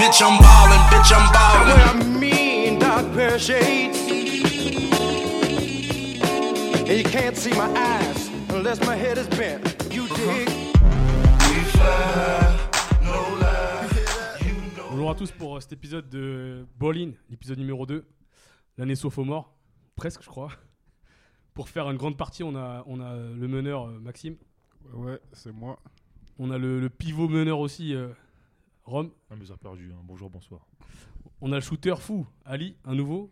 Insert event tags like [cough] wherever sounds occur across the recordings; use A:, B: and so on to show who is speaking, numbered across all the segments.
A: Bitch, I'm ballin', bitch, I'm
B: What
A: ballin'.
B: I mean, dark pair of shades. And you can't see my eyes unless my head is bent. You dig?
C: Bonjour à tous pour euh, cet épisode de Ballin, l'épisode numéro 2, l'année sophomore, presque je crois. [laughs] Pour faire une grande partie, on a, on a le meneur euh, Maxime,
D: Ouais, c'est moi.
C: on a le, le pivot meneur aussi euh, Rome,
E: Ah mais ça a perdu, hein. bonjour, bonsoir.
C: on a le shooter fou Ali, un nouveau,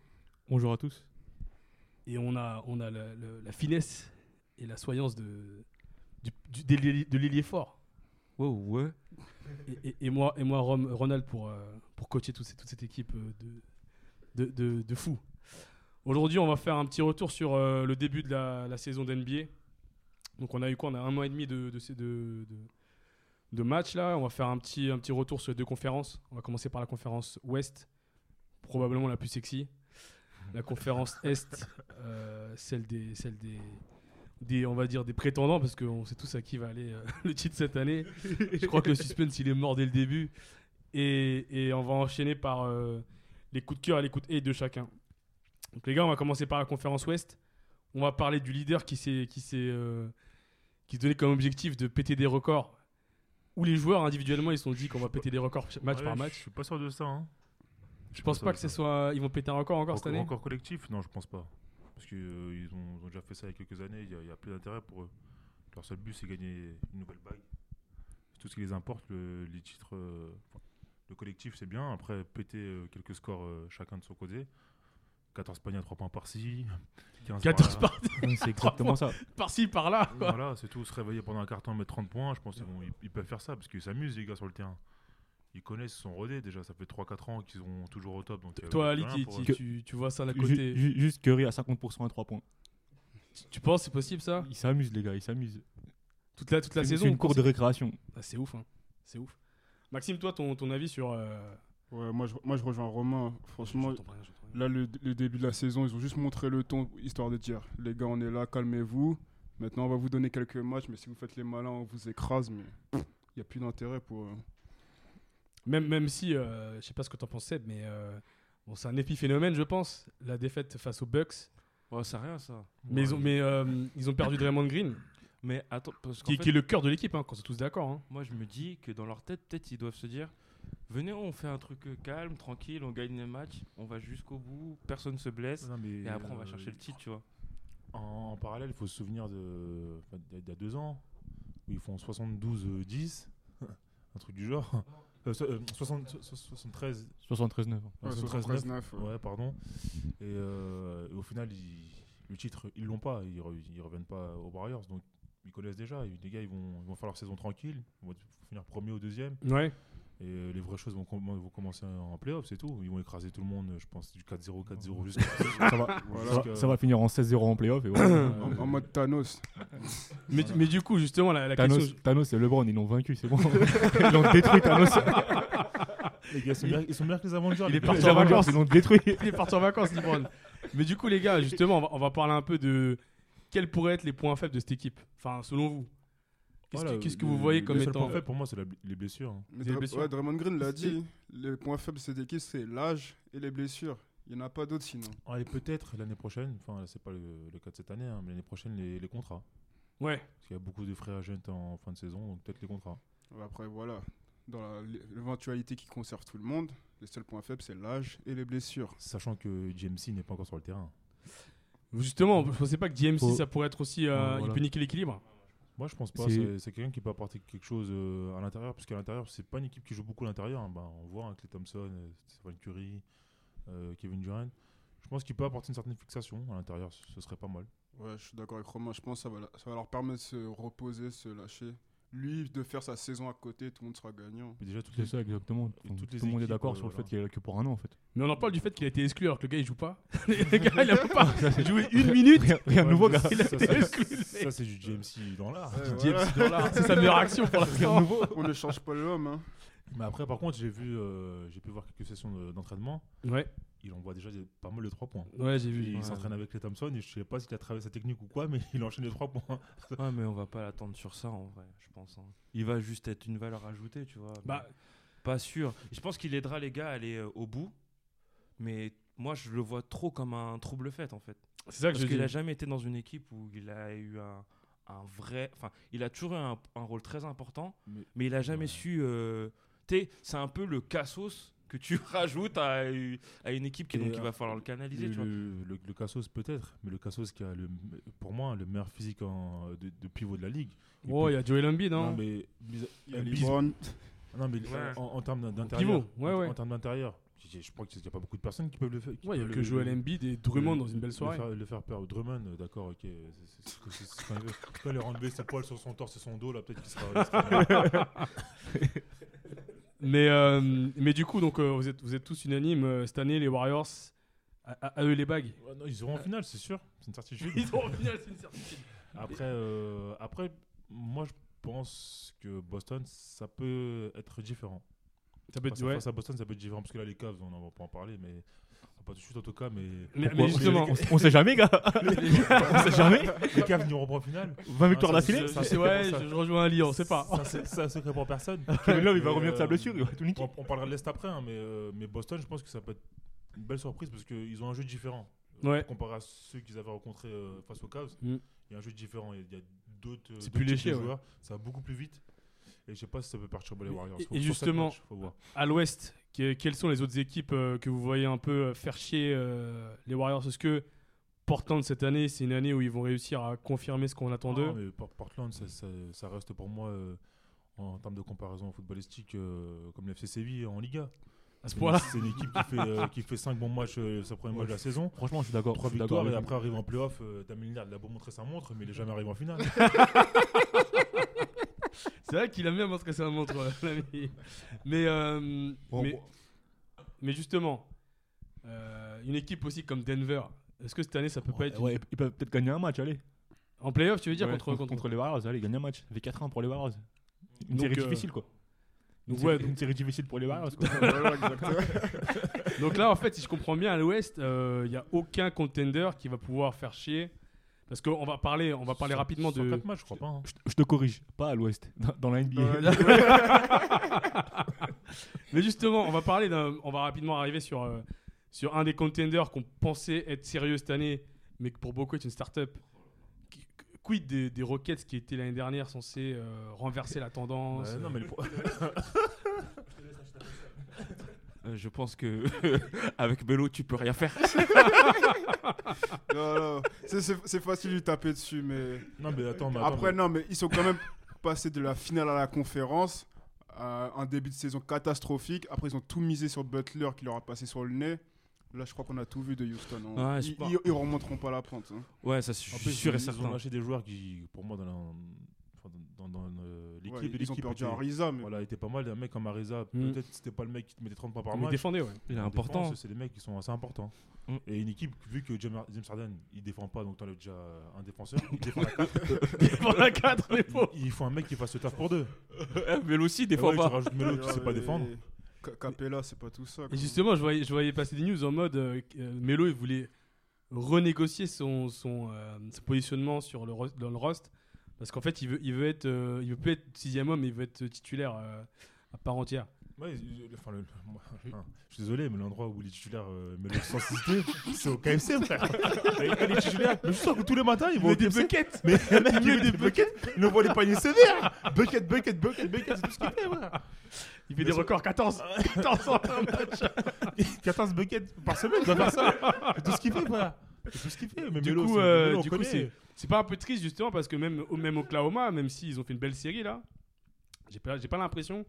E: Bonjour à tous.
C: et on a, on a la, le- la finesse et la soyance de, du, du- de l'ailier- de l'ailier fort.
E: Wow, ouais.
C: Et, et- et moi, et moi Rome, Ronald, pour, euh, pour coacher toute, cette- toute cette équipe euh, de, de, de, de fous. Aujourd'hui, on va faire un petit retour sur euh, le début de la, la saison d'NBA. Donc, on a eu quoi On a un mois et demi de, de, ces- de, de, de matchs là. On va faire un petit, un petit retour sur les deux conférences. On va commencer par la conférence Ouest, probablement la plus sexy. La conférence Est, euh, celle, des, celle des, des, on va dire, des prétendants, parce qu'on sait tous à qui va aller euh, [laughs] le titre cette année. Je crois que le suspense, il est mort dès le début. Et, et on va enchaîner par euh, les coups de cœur et les coups de haie de chacun. Donc les gars, on va commencer par la conférence Ouest. On va parler du leader qui s'est qui s'est euh, qui se donnait comme objectif de péter des records. Où les joueurs individuellement, ils se sont dit qu'on va péter des records match par
E: Je
C: match.
E: suis pas sûr de ça. Hein.
C: Je pense pas que ce soit ils vont péter un record encore
E: encore,
C: cette année.
E: encore collectif Non, je pense pas. Parce qu'ils ont, ils ont déjà fait ça il y a quelques années, il y a, il y a plus d'intérêt pour eux. Leur seul but, c'est gagner une nouvelle bague. C'est tout ce qui les importe, le- les titres. euh, enfin, le collectif, c'est bien. Après, péter euh, quelques scores euh, chacun de son côté. 14 paniers à 3 points par-ci. 15
C: 14
E: par-là.
C: par
F: C'est exactement ça.
C: [laughs] par-ci par-là. quoi.
E: Voilà, c'est tout. Se réveiller pendant un quart temps, mettre 30 points, je pense qu'ils vont- ils, ils peuvent faire ça parce qu'ils s'amusent, les gars, sur le terrain. Ils connaissent, ils sont rodés déjà. Ça fait 3-4 ans qu'ils sont toujours au top. Donc, euh,
C: Toi Ali,
E: rien
C: tu,
E: pour
C: tu-
E: eux.
F: Que-
C: tu- tu vois ça d'un
F: Ju-
C: côté.
F: ju- Juste Curry à 50% à 3 points.
C: Tu, tu penses c'est possible ça
F: Ils s'amusent, les gars, ils s'amusent.
C: Toute la toute la
F: C'est-
C: saison.
F: C'est
C: on
F: une cour de
C: pensait-
F: récréation.
C: Ah, c'est ouf, hein. c'est ouf. Maxime, toi, ton, ton avis sur. euh,
D: Ouais, moi, je, moi, je rejoins Romain. Franchement,
C: j'entends pas rien, j'entends rien.
D: là, le, le début de la saison, ils ont juste montré le ton, histoire de dire les gars, on est là, calmez-vous. Maintenant, on va vous donner quelques matchs, mais si vous faites les malins, on vous écrase. Mais il n'y a plus d'intérêt pour. euh,
C: Même même si, euh, je sais pas ce que t'en penses, Seb, mais euh, bon, c'est un épiphénomène, je pense. La défaite face aux Bucks,
G: Ouais, c'est rien ça.
C: mais ils ont mais euh, ils ont perdu Draymond Green,
G: Mais attends, parce qu'en
C: qui,
G: fait,
C: qui est le cœur de l'équipe, hein, quand c'est tous d'accord. hein.
G: moi je me dis que dans leur tête, peut-être ils doivent se dire venez, on fait un truc euh, calme, tranquille, on gagne le match, on va jusqu'au bout, personne se blesse,
E: Non, mais,
G: et après on va
E: euh,
G: chercher le titre, tu vois.
E: En, en parallèle, il faut se souvenir de- enfin, d'il y a- d'il y a 2 ans où ils font 72-10, [laughs] un truc du genre. Euh, so- euh, 60 so- so- 73
F: 73-9.
E: non,
D: ouais,
E: 73,
D: 73-9, ouais.
E: Ouais, pardon. Et, euh, et au final, ils- le titre, ils l'ont pas. Ils, re- ils reviennent pas aux Warriors. Donc, ils connaissent déjà. Et les gars, ils vont, ils vont faire leur saison tranquille. Ils vont finir premier ou deuxième.
C: Ouais.
E: Et euh, les vraies choses vont, com- vont commencer en playoff, c'est tout. Ils vont écraser tout le monde, je pense, du 4-0, 4-0 jusqu'à.
F: Ça va,
E: [laughs] Voilà.
F: ça va- ça va finir en 16-0 en playoff. Et voilà.
D: En, en mode Thanos.
C: Mais, mais du coup, justement, la, la question.
F: Thanos, Thanos et LeBron, ils l'ont vaincu, c'est bon. [laughs] Ils l'ont détruit, Thanos.
E: les gars, ils sont, meilleurs- ils sont meilleurs que les Avengers.
C: Il
E: les
C: est
E: gars.
C: parti
F: Les
C: en vacances.
F: Avengers, Ils l'ont détruit.
C: Il est parti en vacances, Lebron. Mais du coup, les gars, justement, on va, on va parler un peu de quels pourraient être les points faibles de cette équipe. Enfin, selon vous. Qu'est-ce
E: Voilà,
C: que, qu'est-ce que
E: Oh le-
C: vous voyez
E: le
C: comme
E: seul
C: étant. euh,
E: point faible pour moi, c'est la bl- les blessures. hein.
D: Mais
C: Des
D: Dra-
C: blessures.
D: ouais, Draymond Green l'a
C: C'est-
D: dit les points faibles de cette équipe, c'est l'âge et les blessures. Il n'y en a pas d'autres sinon.
E: Ah, et peut-être l'année prochaine, enfin, là, c'est pas le, le cas de cette année, hein, mais l'année prochaine, les, les contrats.
C: Ouais,
E: Parce qu'il y a beaucoup de frères jeunes en fin de saison, donc peut-être les contrats.
D: Ouais, Après, voilà. Dans la- l'éventualité qui conserve tout le monde, les seuls points faibles, c'est l'âge et les blessures.
E: Sachant que JMC n'est pas encore sur le terrain.
C: justement, je pensais pas que DMC,
F: Faut-
C: ça pourrait être aussi. euh,
E: Ouais,
C: Il
E: voilà.
C: peut niquer l'équilibre.
E: Moi, je pense pas.
F: C'est-
E: C'est c'est quelqu'un qui peut apporter quelque chose euh, à l'intérieur, parce qu'à l'intérieur, c'est pas une équipe qui joue beaucoup à l'intérieur. hein. Ben, on voit avec les Thompson, euh, Stephen Curry, euh, Kevin Durant. Je pense qu'il peut apporter une certaine fixation à l'intérieur. Ce ce serait pas mal.
D: Ouais, je suis d'accord avec Romain. Je pense que ça va, la- ça va leur permettre de se reposer, se lâcher. Lui, de faire sa saison à côté, tout le monde sera gagnant.
E: Mais déjà, toutes
F: C'est
E: les,
F: ça, exactement.
E: Et toutes les
F: Tout le monde est
E: équipes,
F: d'accord
E: euh,
F: sur le fait
E: voilà.
F: qu'il est là que pour un an, en fait.
C: Mais on en parle du fait qu'il a été exclu alors que le gars il joue pas. le gars il a même pas joué une minute.
F: Rien rien de
E: Ouais,
F: nouveau,
E: mais
F: gars.
E: ça,
C: Il a [laughs]
E: ça,
C: été
E: ça,
C: exclu. le mec.
E: ça, c'est du JMC dans l'art.
D: Ouais,
C: James
D: voilà.
C: Dollar, c'est sa meilleure action pour l'instant.
D: On ne change pas l'homme. Hein.
E: Mais après, par contre, j'ai vu, euh, j'ai pu voir quelques sessions de- d'entraînement.
C: Ouais,
E: Il envoie déjà des- pas mal de 3 points.
C: ouais, j'ai
E: Il
C: vu.
E: s'entraîne avec les Thompson et je sais pas s'il a travaillé sa technique ou quoi, mais [laughs] il enchaîne les 3 points.
G: [laughs] Ouais, mais on va pas l'attendre sur ça en vrai, je pense. hein. Il va juste être une valeur ajoutée, tu vois. mais
C: Bah,
G: pas sûr. Je pense qu'il aidera les gars à aller euh, au bout, mais moi je le vois trop comme un trouble fait en fait.
C: C'est ça que
G: Parce
C: je
G: qu'il
C: dis.
G: n'a jamais été dans une équipe où il a eu un, un vrai. Enfin, il a toujours eu un, un rôle très important,
E: Mais-
G: mais, il n'a jamais
E: Ouais.
G: su. euh, tu sais, c'est un peu le cassos que tu [laughs] rajoutes à, une- à une équipe qui,
E: Et
G: donc il
E: euh,
G: va falloir le canaliser.
E: Le,
G: tu vois.
E: le- le- le Cassos peut-être, mais le Cassos qui a le, pour moi le meilleur physique en- de, de pivot de la ligue. Il
C: Oh,
E: peut-
C: il y a Joel Embiid,
E: non,
C: hein.
E: mais bisa-
D: Il y a
E: euh, bis-
D: LeBron.
E: non, mais
G: Ouais.
E: en, en termes d'intérieur,
C: pivot, ouais,
E: en-
C: ouais.
E: en termes d'intérieur, je, je crois qu'il n'y a pas beaucoup de personnes qui peuvent le faire. qui
C: Ouais, il y a
E: peuvent
C: que
E: le-
C: Joel
E: le-
C: Embiid et Drummond
E: le-
C: dans une belle soirée.
E: Le faire, le faire peur. Drummond, euh, d'accord, ok. c'est- c'est- c'est- c'est- c'est ce qu'on veut. Quand il aura enlevé ses poils sur son torse et son dos, là, peut-être qu'il sera. il
C: [laughs]
E: sera-
C: Mais, euh, mais du coup, donc, euh, vous, êtes, vous êtes tous unanimes. euh, cette année, les Warriors, à, à- à eux les bagues.
E: Ouais, non, ils iront en finale, c'est sûr. C'est une certitude.
C: ont final, c'est une certitude.
E: Après, euh, après, moi, je pense que Boston, ça peut être différent.
C: Ça peut être,
E: Face à-
C: ouais.
E: Face à Boston, ça peut être différent. Parce que là, les Cavs, on n'en va pas en parler, mais. ah, Pas tout de suite, en tout cas, mais.
C: mais,
F: Pourquoi
C: mais justement,
F: on, on sait jamais, gars. on sait jamais.
C: [laughs]
E: Les Cavs n'iront pas en finale.
F: 20 victoires
E: Ah, ça,
F: d'affilée.
E: ça,
C: tu sais, ouais,
E: ça-
C: je, je rejoins un lion, on sait pas.
E: Ça, C'est c'est un secret
C: [laughs]
E: pour personne.
F: Kevin Love, il va
E: Mais,
F: revenir de sa
E: euh,
F: blessure, il va tout niquer.
E: On, on parlera de l'Est après, hein, mais, euh, mais Boston, je pense que ça peut être une belle surprise parce qu'ils ont un jeu différent. Euh,
C: Ouais.
E: Comparé à ceux qu'ils avaient rencontrés euh, face aux Cavs, il
C: Mm.
E: y a un jeu différent. Il y a- il y a, d'autres euh,
C: C'est
E: d'autres
C: plus
E: types de
C: léché, ouais.
E: joueurs. Ça va beaucoup plus vite. Et je sais pas si ça peut perturber les
C: Et-
E: Warriors.
C: et
E: Faut- faut
C: justement-
E: ça que je- faut voir.
C: À l'ouest, que- quelles sont les autres équipes euh, que vous voyez un peu euh, faire chier euh, les Warriors Est-ce que Portland, cette année, c'est une année où ils vont réussir à confirmer ce qu'on attend d'eux
E: Non, mais Por- Portland, ça, ça- ça reste pour moi, euh, en termes de comparaison footballistique, euh, comme le FC Séville en Liga.
C: À ce
E: C'est une-
C: point-là
E: C'est une équipe qui fait, 5 bons matchs, euh, sa première
F: Ouais,
E: match de la saison.
F: Franchement, je suis d'accord.
E: Trois
F: je suis d'accord
E: victoires et
F: avec
E: après arrive en playoff, euh, Damien Lillard il a beau montrer sa montre, mais il est jamais arrivé en finale.
C: C'est vrai qu'il a bien montré sa montre, euh, [laughs] l'ami. Mais, euh,
F: Bon,
C: mais,
F: bon.
C: mais justement, euh, une équipe aussi comme Denver, est-ce que cette année, ça peut pas
F: Ouais,
C: être. une-
F: ouais, ils peuvent peut-être gagner un match, allez.
C: En playoff, tu veux dire
F: Ouais,
C: contre, contre,
F: les Warriors, allez, gagne un match. Ça fait 4-1 pour les Warriors. Une
C: Donc,
F: série
C: euh,
F: difficile, quoi. Une,
C: donc, ouais,
F: série,
C: donc-
F: une série difficile pour les Warriors, quoi.
D: Voilà, exactement.
C: Donc là, en fait, si je comprends bien, à l'Ouest, il n'y a aucun contender qui va pouvoir faire chier. Parce qu'on va parler, on va parler rapidement de.
E: 4 matchs, je crois pas. hein.
F: Je, je te corrige, pas
A: [laughs]
F: à l'Ouest, dans, dans la NBA.
D: Dans la ligue. [laughs]
C: Mais justement, on va parler d'un, on va rapidement arriver sur euh, sur un des contenders qu'on pensait être sérieux cette année, mais que pour beaucoup est une start-up. Qui- Quid des, des Rockets qui étaient l'année dernière censés euh, renverser la
E: Ouais,
C: tendance
E: Bah non, mais le pro- [laughs]
G: Euh, je pense que [laughs] avec Bello, tu peux rien faire.
D: Non, non. C'est- C'est c'est facile de lui taper dessus, mais.
E: non, mais attends, mais Bah, attends,
D: Après,
E: mais-
D: non, mais ils sont quand même passés de la finale à la conférence. à un début de saison catastrophique. Après, ils ont tout misé sur Butler qui leur a passé sur le nez. Là, je crois qu'on a tout vu de Houston. hein.
G: Ouais, je
D: ils,
G: sais pas.
D: ils- ils remonteront pas la pente. hein.
G: Ouais, ça, je suis
E: en plus,
G: sûr et
E: ils- Ils ont
G: certain.
E: lâché des joueurs qui, pour moi, dans la- enfin, dans- dans- dans, euh, l'équipe
D: Ouais,
E: et
D: ils ont
E: l'équipe
D: perdu
E: était-
D: Arisa, mais
E: Voilà, était pas mal. Un mec comme Arisa,
C: Mm.
E: peut-être c'était pas le mec qui te mettait 30 pas par
C: Mais
E: match.
C: défendez, ouais.
E: [laughs]
G: Il est
E: En
G: important.
E: défense, C'est des mecs qui sont assez importants.
G: Mm.
E: Et une équipe, vu que James James Harden, il défend pas, donc t'enlèves déjà un défenseur. Il défend à quatre.
C: Pour la 4, les pauvres.
E: Il il faut un mec qui fasse le taf pour deux.
G: Eh, Bello aussi, des
E: Et
G: fois
E: Ah ouais,
G: pas.
E: Tu rajoutes Melo qui sait pas
D: Ouais,
E: défendre.
D: et- Ca- Capella, c'est pas tout ça.
C: Et
D: quoi.
C: justement, je voyais, je voyais passer des news en mode euh, euh, Melo, il voulait renégocier son, son, euh, son positionnement sur le, ros- dans le rost. Parce qu'en fait, il veut, il veut être, euh, il veut plus être sixième homme, mais il veut être titulaire euh, à part entière.
E: Ouais, euh, enfin, le- [laughs] le- moi, hein, je suis désolé, mais l'endroit où les titulaires euh, me le sans citer, [laughs] c'est au KFC,
C: [laughs]
E: frère. Ah, Et quand les titulaires, mais je sens que tous les matins, ils vont au KFC.
C: buckets [laughs]
E: Mais le mec, il met des buckets, il envoie les paniers sévères. Bucket, bucket, bucket, bucket, c'est tout ce qu'il fait, voilà.
C: Il fait des records
E: [laughs]
C: 14 14 en un match
E: 14 buckets par semaine, il doit faire ça. C'est tout ce qu'il fait, voilà. C'est tout ce qu'il fait. Mais
C: Du
E: Melo,
C: coup,
E: c'est-
C: euh,
E: Melo, on
C: du coup,
E: connaît.
C: c'est- C'est pas un peu triste, justement, parce que même, au- même Oklahoma, même s'ils ont fait une belle série là, j'ai pas, j'ai pas l'impression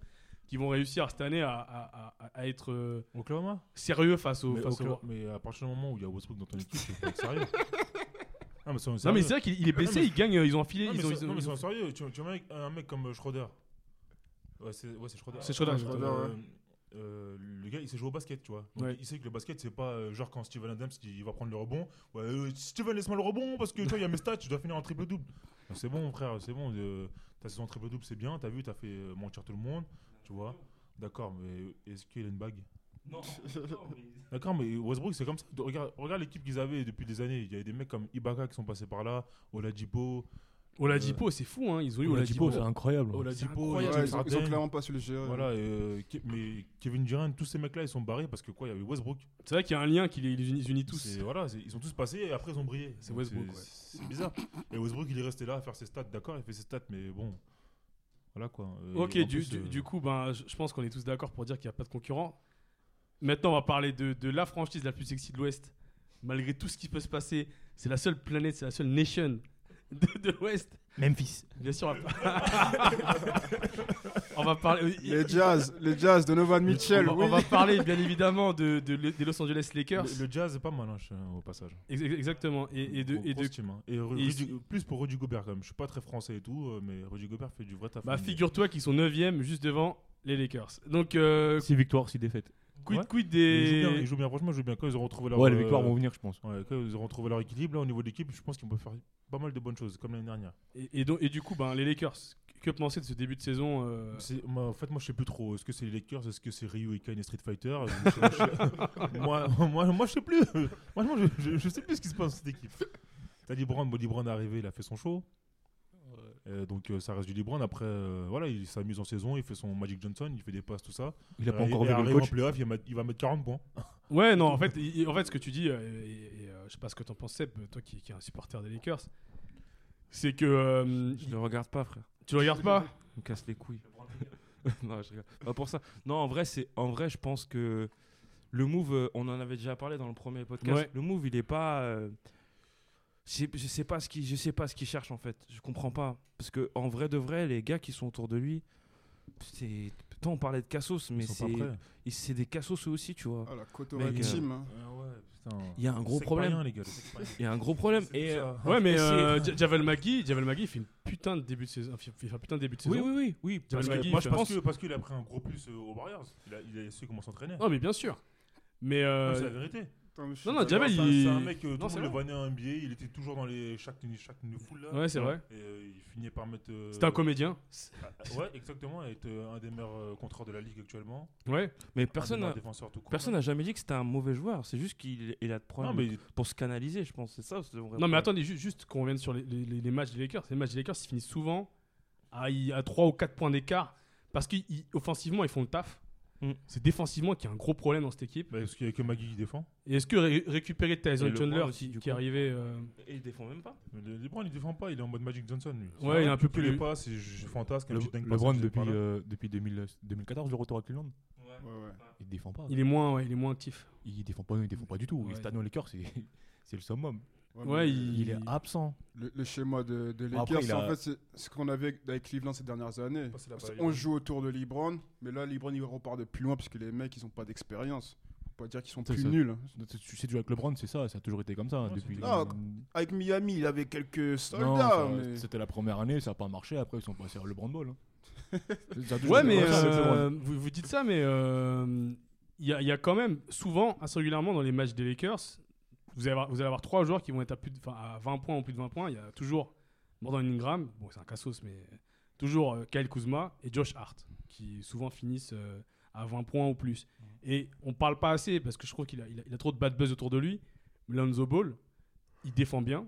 C: qu'ils vont réussir cette année à, à- à- à être euh,
E: Oklahoma
C: sérieux face aux.
E: mais,
C: face aux-
E: Okla- mais à partir du moment où il y a Westbrook dans ton équipe, tu peux
C: [laughs]
E: être sérieux. Non, mais c'est
C: Non, mais
E: sérieux.
C: c'est vrai qu'il il est blessé,
E: mais-
C: il gagne, euh, ils ont enfilé.
E: Non, mais
C: ils ont-
E: c'est-
C: ils ont-
E: non, mais
C: ils ont-
E: sois sérieux, tu, tu vois un mec- un mec comme euh, Schroeder. Ouais, c'est ouais, c'est Schroeder.
C: C'est Schroeder,
E: Euh,
C: Schroeder,
E: euh, euh, le gars, il sait jouer au basket, tu vois. Donc,
C: Ouais.
E: Il sait que le basket, c'est pas euh, genre quand Steven Adams il va prendre le rebond. Ouais, euh, Steven, laisse-moi le rebond parce que tu vois, il y a mes stats, tu dois finir en triple-double. Ah, C'est bon, frère, c'est bon. euh, ta saison en triple-double, c'est bien. T'as vu, t'as fait euh, mentir tout le monde, tu vois. D'accord, mais est-ce qu'il a une bague [laughs] D'accord, mais Westbrook, c'est comme ça. Regarde, regarde l'équipe qu'ils avaient depuis des années. Il y avait des mecs comme Ibaka qui sont passés par là, Oladipo,
C: Oladipo, c'est fou, hein, ils ont eu Oladipo.
A: c'est incroyable.
C: Oh, C'est
E: Oladipo,
C: incroyable.
E: James
D: Ouais, ils ont- ils ont
E: Harden.
D: clairement pas su le gérer.
E: Voilà, et, euh, Ke- mais Kevin Durant, tous ces mecs-là, ils sont barrés parce que quoi, il y avait Westbrook.
C: C'est vrai qu'il y a un lien qui les, les unit- les unit tous.
E: C'est- euh, Voilà, c'est- ils sont tous passés et après ils ont brillé.
C: C'est
E: Donc,
C: Westbrook, ouais.
E: C'est bizarre. Et Westbrook, il est resté là à faire ses stats, d'accord, il fait ses stats, mais bon. Voilà quoi. Euh,
C: Ok,
E: et en
C: du,
E: plus,
C: du-
E: euh,
C: du coup, ben, je je pense qu'on est tous d'accord pour dire qu'il n'y a pas de concurrent. Maintenant, on va parler de, de la franchise la plus sexy de l'Ouest. Malgré tout ce qui peut se passer, c'est la seule planète, c'est la seule nation de, de l'Ouest.
F: Memphis.
C: Bien sûr, on va, [laughs] on va parler.
D: Les Jazz, les Jazz, Donovan Mitchell,
C: on, va,
D: oui.
C: on va parler bien évidemment de, de- des Los Angeles Lakers.
E: le, le jazz, c'est pas mal, hein, je- au passage.
C: Ex- ex- Exactement. Et, et de,
E: Gros-
C: et de-
E: grosse team, hein. Et Ru-
C: et-
E: Rudy- plus pour Rudy Gobert quand même. Je suis pas très français et tout, euh, mais Rudy Gobert fait du vrai taf. hein.
C: bah,
E: Mais-
C: figure-toi qu'ils sont 9 juste devant les Lakers. Donc, euh,
A: Six victoires, six défaites.
C: quid,
E: Ouais.
C: quid
E: Ils jouent bien,
C: des.
E: ils jouent bien, franchement, ils jouent bien. Quand ils auront retrouvé leur,
A: Ouais,
E: euh,
A: les victoires vont venir, je pense.
E: ouais, quand ils auront trouvé leur équilibre, là, au niveau de l'équipe, je pense qu'ils peuvent faire pas mal de bonnes choses, comme l'année dernière.
C: Et, et donc- et du coup, ben, les Lakers, que penser de ce début de saison euh,
E: C'est- moi, en fait, moi, je sais plus trop. Est-ce que c'est les Lakers Est-ce que c'est Ryu et Kane et Street Fighter Je sais- je sais- [laughs] moi, moi, moi, je sais plus. Moi, je, je- je sais plus ce qui se passe dans cette équipe. T'as Libran, bon, Libran est arrivé, il a fait son show. Euh, donc, euh, ça reste du Libran. Après, euh, voilà, il s'amuse en saison, il fait son Magic Johnson, il fait des passes, tout ça.
A: Il a pas
E: Euh,
A: encore
E: et
A: vu le
E: arrive en
A: coach.
E: playoff, il, va mettre- il va mettre 40 points.
C: Ouais, non, en fait, il- en fait, ce que tu dis, euh, et, et, euh, je sais pas ce que t'en penses, Seb, toi qui, qui es un supporter des Lakers, c'est que euh,
G: [laughs] Je le regarde pas, frère.
C: tu le regardes pas.
G: me casse les couilles. [laughs] non, je rigole. Pas pour ça. Non, en vrai, c'est en vrai, je pense que le move, euh, on en avait déjà parlé dans le premier podcast.
C: Ouais.
G: Le move, il est pas. euh, je sais- je sais pas ce qui, je sais pas ce qu'il cherche en fait. Je comprends pas parce que en vrai de vrai, les gars qui sont autour de lui, c'est. Tant on parlait de cassos, mais
E: Ils sont
G: c'est
E: pas prêts.
G: et c'est des cassos eux aussi, tu vois.
D: Ah, la
G: Mec,
D: Cotorel
G: euh,
D: Team. hein.
G: Il y a un gros problème.
E: les gars. Ah c'est pas rien.
G: Il y a un gros problème.
E: C'est
G: Et
E: tout
G: euh,
E: ça.
C: Ouais, mais
G: Et c'est-
C: euh, Ja- Javel McGee, Javel McGee, il fait une putain de début de saison. il fait un putain de début de saison.
G: oui, oui, oui, oui.
C: Jamal
G: parce que-
C: Magui, il
E: Moi,
C: fait
E: je
C: un-
E: pense que parce qu'il a pris un gros plus euh, aux Warriors. Il a, il a su comment s'entraîner.
C: Non, mais bien sûr. Mais Oh, euh,
E: Non, C'est la vérité.
D: Putain, mais je suis
C: non, non,
D: d'accord.
C: Javel,
E: C'est un-
C: il.
E: C'est un mec, euh,
C: Non,
E: tout
C: c'est
E: le monde
C: vrai.
E: le vannait en NBA, il était toujours dans les chaque chaque foule là.
C: Ouais, c'est vrai.
E: Et euh, il finit par mettre. euh,
C: C'est un comédien.
E: ah, Ouais, exactement, être euh, un des meilleurs euh, contreurs de la ligue actuellement.
C: Ouais.
G: Mais
E: Un des
G: personne,
E: meilleurs
G: n'a-
E: défenseurs tout court.
G: personne n'a jamais dit que c'était un mauvais joueur. C'est juste qu'il il a de
E: Non,
G: problèmes
E: mais
G: pour se canaliser, je pense. C'est ça. c'est le vrai
C: Non, mais
G: problème.
C: attendez, ju- juste qu'on revienne sur les, les- les- les matchs des Lakers. Les matchs des Lakers, ils finissent souvent à, y- à 3 ou 4 points d'écart parce qu'offensivement, ils font le taf.
G: Mm.
C: C'est défensivement qu'il y a un gros problème dans cette équipe.
E: bah, parce qu'il y a que Magui qui défend.
C: Et est-ce que ré- récupérer Tyson
G: Et LeBron
C: Chandler
G: aussi,
C: qui,
G: du
C: qui est
G: coup.
C: arrivé. euh,
G: Et il défend même pas.
E: Mais Le LeBron il défend pas, il est en mode Magic Johnson lui.
C: Ouais, il est un peu plus-
E: Il pas, c'est je fantasme.
A: Le,
E: je dingue pas,
A: LeBron,
E: je sais
A: depuis,
E: pas là.
A: euh, depuis 2000 2014, le retour à Cleveland,
D: Ouais, ouais.
A: il défend pas.
C: Il, est moins, ouais, il est moins actif.
A: Il défend pas, il défend pas du tout.
C: Ouais.
A: Et cette année, au Lakers, c'est [laughs] c'est le summum.
D: Ouais,
C: Ouais,
D: mais
C: il-
A: Il, est absent.
D: le, le schéma de, de
A: Bon, après,
D: Lakers,
A: il
D: c'est en
A: a-
D: fait, c'est ce qu'on avait avec- avec Cleveland ces dernières années.
E: Parce qu'il a pas
D: C'est-
E: les
D: On
E: bons.
D: joue autour de LeBron, mais là, LeBron, il repart de plus loin parce que les mecs, ils ont pas d'expérience. Faut pas dire qu'ils sont
A: C'est
D: plus
A: ça.
D: nuls. hein.
A: Tu sais jouer avec LeBron, c'est ça, ça a toujours été comme ça.
E: Ouais,
A: depuis...
E: c'est-
D: Ah, Avec Miami, il avait quelques
A: Non,
D: soldats,
A: ça-
D: mais...
A: c'était la première année, ça n'a pas marché. Après, ils sont passés à LeBron
C: [laughs]
A: Ball. hein. Ça a toujours
C: Ouais,
A: été
C: mais
A: comme ça, c'est
C: euh,
A: LeBron.
C: vous, vous dites ça, mais euh, il y, a- il y a quand même souvent, assez régulièrement dans les matchs des Lakers, vous allez avoir, vous allez avoir trois joueurs qui vont être à, plus de, enfin, à 20 points ou plus de 20 points. Il y a toujours Mordan Ingram, bon, c'est un cassos, mais toujours euh, Kyle Kuzma et Josh Hart, qui souvent finissent euh, à 20 points ou plus. Et on parle pas assez parce que je trouve qu'il a, il a- il a trop de bad buzz autour de lui. Mais Lonzo Ball, il défend bien,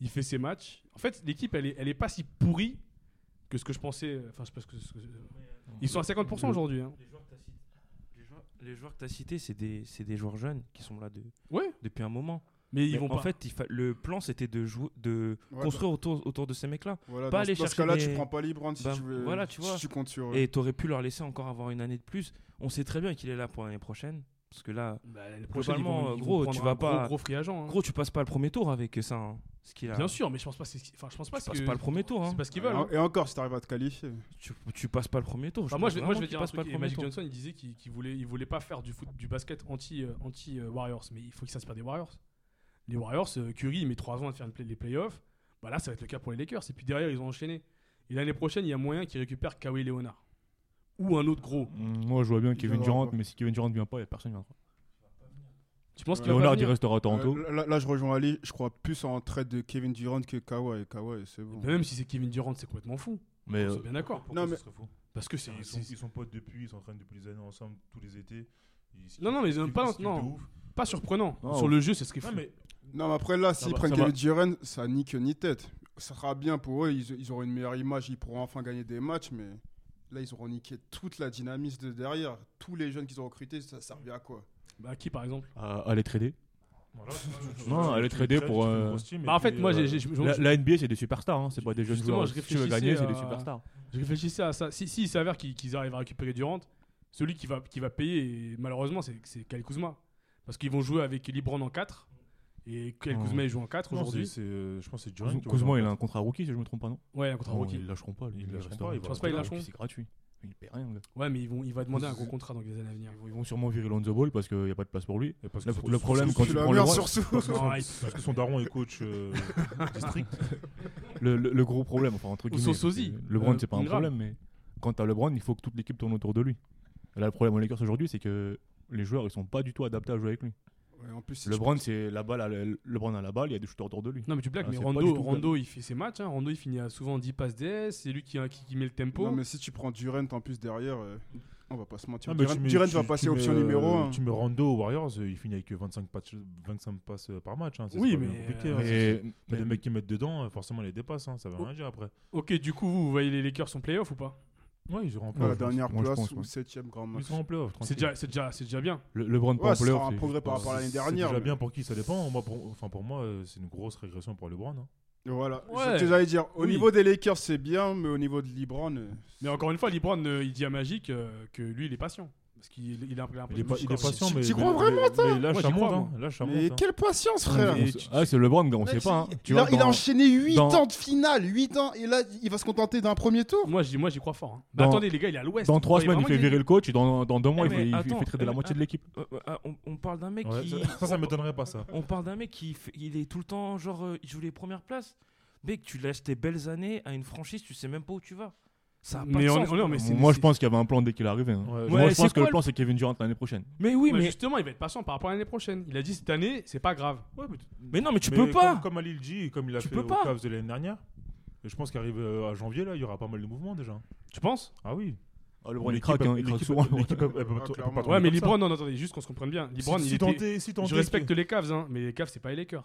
C: il fait ses matchs. En fait, l'équipe, elle est, elle est pas si pourrie que ce que je pensais. euh, Enfin, je sais pas ce que- ce que ils sont à 50% aujourd'hui. Hein.
G: Les joueurs que t'as cités- les joueurs- les joueurs que tu as cités, c'est des, c'est des joueurs jeunes qui sont là de,
C: Ouais.
G: depuis un moment.
C: Mais ils
G: Mais
C: vont
G: en
C: pas.
G: fait, il fa- le plan, c'était de, jouer- de
D: Ouais,
G: construire autour, autour de ces mecs-là.
D: Voilà,
G: Pas
D: dans,
G: aller
D: dans ce
G: chercher
D: cas-là,
G: des-
D: tu prends pas LeBron si
G: Bah,
D: tu veux.
G: voilà, tu
D: si
G: vois.
D: tu comptes sur.
G: Et tu aurais pu leur laisser encore avoir une année de plus. On sait très bien qu'il est là pour l'année prochaine. Parce que là,
C: Bah, l'année
G: Globalement,
C: prochaine, ils vont-
G: euh,
C: ils vont
G: gros,
C: prendre
G: tu
C: un
G: vas
C: gros,
G: pas-
C: Gros free agent. hein.
G: gros, tu passes pas le premier tour avec ça. hein, ce qu'il a.
C: Bien sûr, mais je pense pas. c'est- Enfin, je pense pas.
G: Tu
C: c'est
G: passes
C: que-
G: pas le premier tour, hein.
C: C'est pas ce qu'ils
D: Et
C: veulent. hein.
D: en- Et encore, si t'arrives à te qualifier.
G: Tu, tu passes pas le premier tour.
C: Enfin, Bah, moi,
G: pense
C: je, moi, je
G: vraiment
C: vais
G: qu'il
C: dire un
G: passe pas
C: truc.
G: le
C: et
G: premier
C: Magic
G: tour.
C: Johnson, il disait qu'il qu'il voulait, il voulait pas faire du foot, du basket anti, euh, anti euh, Warriors, mais il faut qu'il s'inspire des Warriors. Les Warriors, euh, Curry, il met 3 ans à faire une play- les playoffs. Bah là, ça va être le cas pour les Lakers. Et puis derrière, ils ont enchaîné. Et l'année prochaine, il y a moyen qu'ils récupèrent Kawhi Leonard ou un autre gros.
A: Mm, Moi, je vois bien Kevin
D: viendra
A: Durant,
D: pas.
A: mais si Kevin Durant vient pas, y a personne qui viendra.
C: Tu penses qu'il va pas
A: Leonard, il
C: venir
A: restera à Toronto.
D: Euh, là, là, je rejoins Ali. Je crois plus en traite de Kevin Durant que Kawhi. Kawhi, c'est bon.
C: Même si c'est Kevin Durant, c'est complètement fou.
A: mais
C: On
A: euh,
C: est bien d'accord.
E: Pourquoi
D: Non,
E: ce
D: mais-
E: serait faux
C: Parce que c'est
E: Ils sont,
C: c'est-
E: ils sont potes depuis, ils s'entraînent depuis des années ensemble, tous les étés. Ils-
C: Non, non, mais ils ont
E: ils-
C: pas-
E: ils se kiffent
C: non.
E: de ouf.
C: pas surprenant.
A: Non.
C: Sur le jeu, c'est ce qui est fou.
E: Non, mais
D: Non, mais après, là, s'ils
E: va,
D: prennent
A: ça va.
D: Kevin Durant, ça nique ni tête. ça sera bien pour eux, ils, ils auront une meilleure image, ils pourront enfin gagner des matchs, mais là, ils auront niqué toute la dynamisme de derrière. Tous les jeunes qu'ils ont recrutés, ça servait à quoi
C: Bah, qui par exemple
F: À, à les trader.
E: Voilà.
F: Non, elle est tradée pour, euh,
C: Bah, en fait, moi, j'ai- j'ai- je- je-
F: La, la NBA, c'est des superstars, hein, c'est pas des jeunes
C: Justement,
F: joueurs.
C: je
F: Si tu veux
C: réfléchissais
F: gagner, c'est
C: à-
F: des superstars.
C: je réfléchissais à ça. Si, si il s'avère qu'ils qu'ils arrivent à récupérer Durant, celui qui va, qui va payer, et malheureusement, c'est c'est Kyle Kuzma. Parce qu'ils vont jouer avec LeBron en 4. Et Kyle
F: Oh.
C: Kuzma, il joue en 4 aujourd'hui.
E: Je pense que c'est Durant.
F: Kuz-
E: qui hein. va
F: Kuzma,
E: faire
F: il a
E: ça.
F: un contrat rookie, si je me trompe pas, non
C: Ouais, un contrat
F: Non,
C: rookie.
F: Ils lâcheront pas, lui,
E: Ils
F: ils
E: lâcheront
F: resteront.
E: pas, ils
F: Tu
E: vont
F: penses
C: rester là.
F: lâcheront C'est gratuit. Il paie rien, le gars.
C: Ouais, mais ils vont, il va demander un gros contrat dans les années à venir.
F: Ils vont sûrement virer Lonzo Ball parce qu'il n'y a pas de place pour lui.
E: Et parce
F: Le-
E: que son-
F: le
E: son-
F: problème,
E: son-
F: quand
E: son-
F: tu
D: la
F: prends le
D: merde
F: roi- [laughs]
D: surtout
C: Non, ils-
E: Parce que son daron est coach euh, district.
F: Le, le- le gros problème, enfin, entre guillemets.
C: son
F: parce que
C: sosie,
F: LeBron,
C: euh,
F: c'est pas un
C: Ingram.
F: problème, mais quand t'as LeBron, il faut que toute l'équipe tourne autour de lui. Et là, le problème aux Lakers aujourd'hui, c'est que les joueurs, ils sont pas du tout adaptés à jouer avec lui.
D: Ouais, En plus, si tu
F: LeBron, c'est la balle, à la- LeBron a la balle, il y a des shooters autour de lui.
C: Non, mais tu blagues,
F: Ah,
C: mais
F: c'est pas du
C: Rondo,
F: tout
C: Rondo, il fait ses matchs. hein. Rondo, il finit à souvent 10 passes DS. C'est lui qui, qui, qui met le tempo.
D: Non, mais si tu prends Durant en plus derrière, euh, on va pas se mentir.
E: Ah, mais
D: Durant,
E: tu mets-
D: Durant
E: tu-
D: va
E: tu
D: passer
E: mets,
D: option
E: euh,
D: numéro 1.
E: Tu mets Rondo aux Warriors, euh, il finit avec 25 patch- 25 passes euh, par match. hein, c'est-
C: Oui,
E: c'est pas bien
C: mais,
E: compliqué,
C: euh,
E: hein, c'est-
F: Mais,
E: T'as
F: mais-
E: des mecs qui mettent dedans, euh, forcément, ils les dépassent. hein, Ça veut
C: Oh.
E: rien dire après.
C: Ok, du coup, vous, vous voyez les Lakers en playoff ou pas
E: Ouais, ils seront en
D: à la
E: playoff.
D: dernière
F: moi, je
D: place
F: pense,
D: ou
F: ouais.
D: septième grand
E: Ils
D: match.
E: seront en playoff.
C: C'est
E: tranquille.
C: déjà, c'est déjà, c'est déjà bien.
F: Le- LeBron, pas
D: Ouais,
F: en
D: ce
F: playoff,
D: sera un
F: c'est-
D: progrès par
E: Bah,
D: rapport à l'année
E: c'est- c'est
D: dernière.
E: déjà
D: mais-
E: bien pour qui ça dépend. Moi, pour, enfin, pour moi, euh, c'est une grosse régression pour LeBron. hein.
D: Voilà,
C: Ouais.
D: c'est ce que j'allais dire. Au
C: Oui.
D: niveau des Lakers, c'est bien, mais au niveau de LeBron, euh,
C: Mais encore une fois, LeBron, euh, il dit à Magic euh, que lui, il est patient. Parce qu'il il a un peu
E: Il est, pas, il est
C: encore-
E: patient,
D: tu-
E: mais.
D: tu
E: mais-
D: crois
E: mais- mais Là,
C: Moi,
E: ça
C: j'y crois,
E: monte. hein,
C: moi.
E: Là, ça
D: mais
E: monte. hein.
D: quelle patience,
F: on-
D: frère
F: on- Ah, c'est LeBron, gars, on sait pas. hein. Tu
D: il,
F: vois,
D: a, il a
F: dans-
D: enchaîné 8
F: dans-
D: ans de finale, 8 ans, et là, il va se contenter d'un premier tour.
C: Moi, j'y moi, j'y crois fort. hein. Mais
F: Dans-
C: attendez, les gars, il est à l'ouest.
F: Dans
C: Vous
F: trois
C: croyez
F: semaines, il
C: vraiment
F: fait
C: qu'il-
F: virer le coach, et dans, dans deux mois,
G: Eh
F: il, fait,
G: mais
F: il fait
G: attends,
F: traiter la
G: eh
F: moitié
G: mais
F: de l'équipe.
G: Euh, euh, on, on parle d'un mec
E: Ouais,
G: [laughs] qui.
E: ça- Ça, ça m'étonnerait pas, ça.
G: On parle d'un mec qui fait- il est tout le temps, genre, euh, il joue les premières places. Mec, tu laisses tes belles années à une franchise, tu sais même pas où tu vas. Ça a pas
C: Mais
G: de
C: on-
G: sens.
C: on- non, mais c'est-
F: Moi,
C: c'est-
F: je pense qu'il y avait un plan dès qu'il est arrivé. hein.
E: Ouais,
F: Moi, je
G: c'est
F: pense que
G: quoi
F: le
G: le-
F: plan, c'est Kevin Durant l'année prochaine.
G: Mais oui,
C: Ouais,
G: mais.
C: justement, il va être patient par rapport à l'année prochaine. Il a dit cette année, c'est pas grave.
E: Ouais, mais tu-
G: Mais non, mais tu
E: mais
G: peux pas
E: Comme, comme à Lille G, comme il a
G: Tu
E: fait
G: peux
E: aux
G: pas.
E: Cavs de l'année dernière. Et je pense qu'arrive euh, à janvier, là, il y aura pas mal de mouvements déjà.
C: Tu penses
E: Ah oui.
F: Ah, LeBron, il
E: L'équipe-
F: craque, hein, il craque
E: l'équipe-
F: [laughs] souvent.
E: l'équipe, elle peut- elle peut
D: Ah,
E: pas- elle peut
D: clairement.
E: pas
D: Ouais,
C: Ouais, mais
E: tourner comme
C: LeBron, non, attendez, juste qu'on se comprenne bien.
E: ça.
C: LeBron,
E: Si-
C: il
E: si
C: était-
E: tenté- si tenté-
C: Je respecte les Cavs, hein, mais les Cavs, c'est pas les Lakers.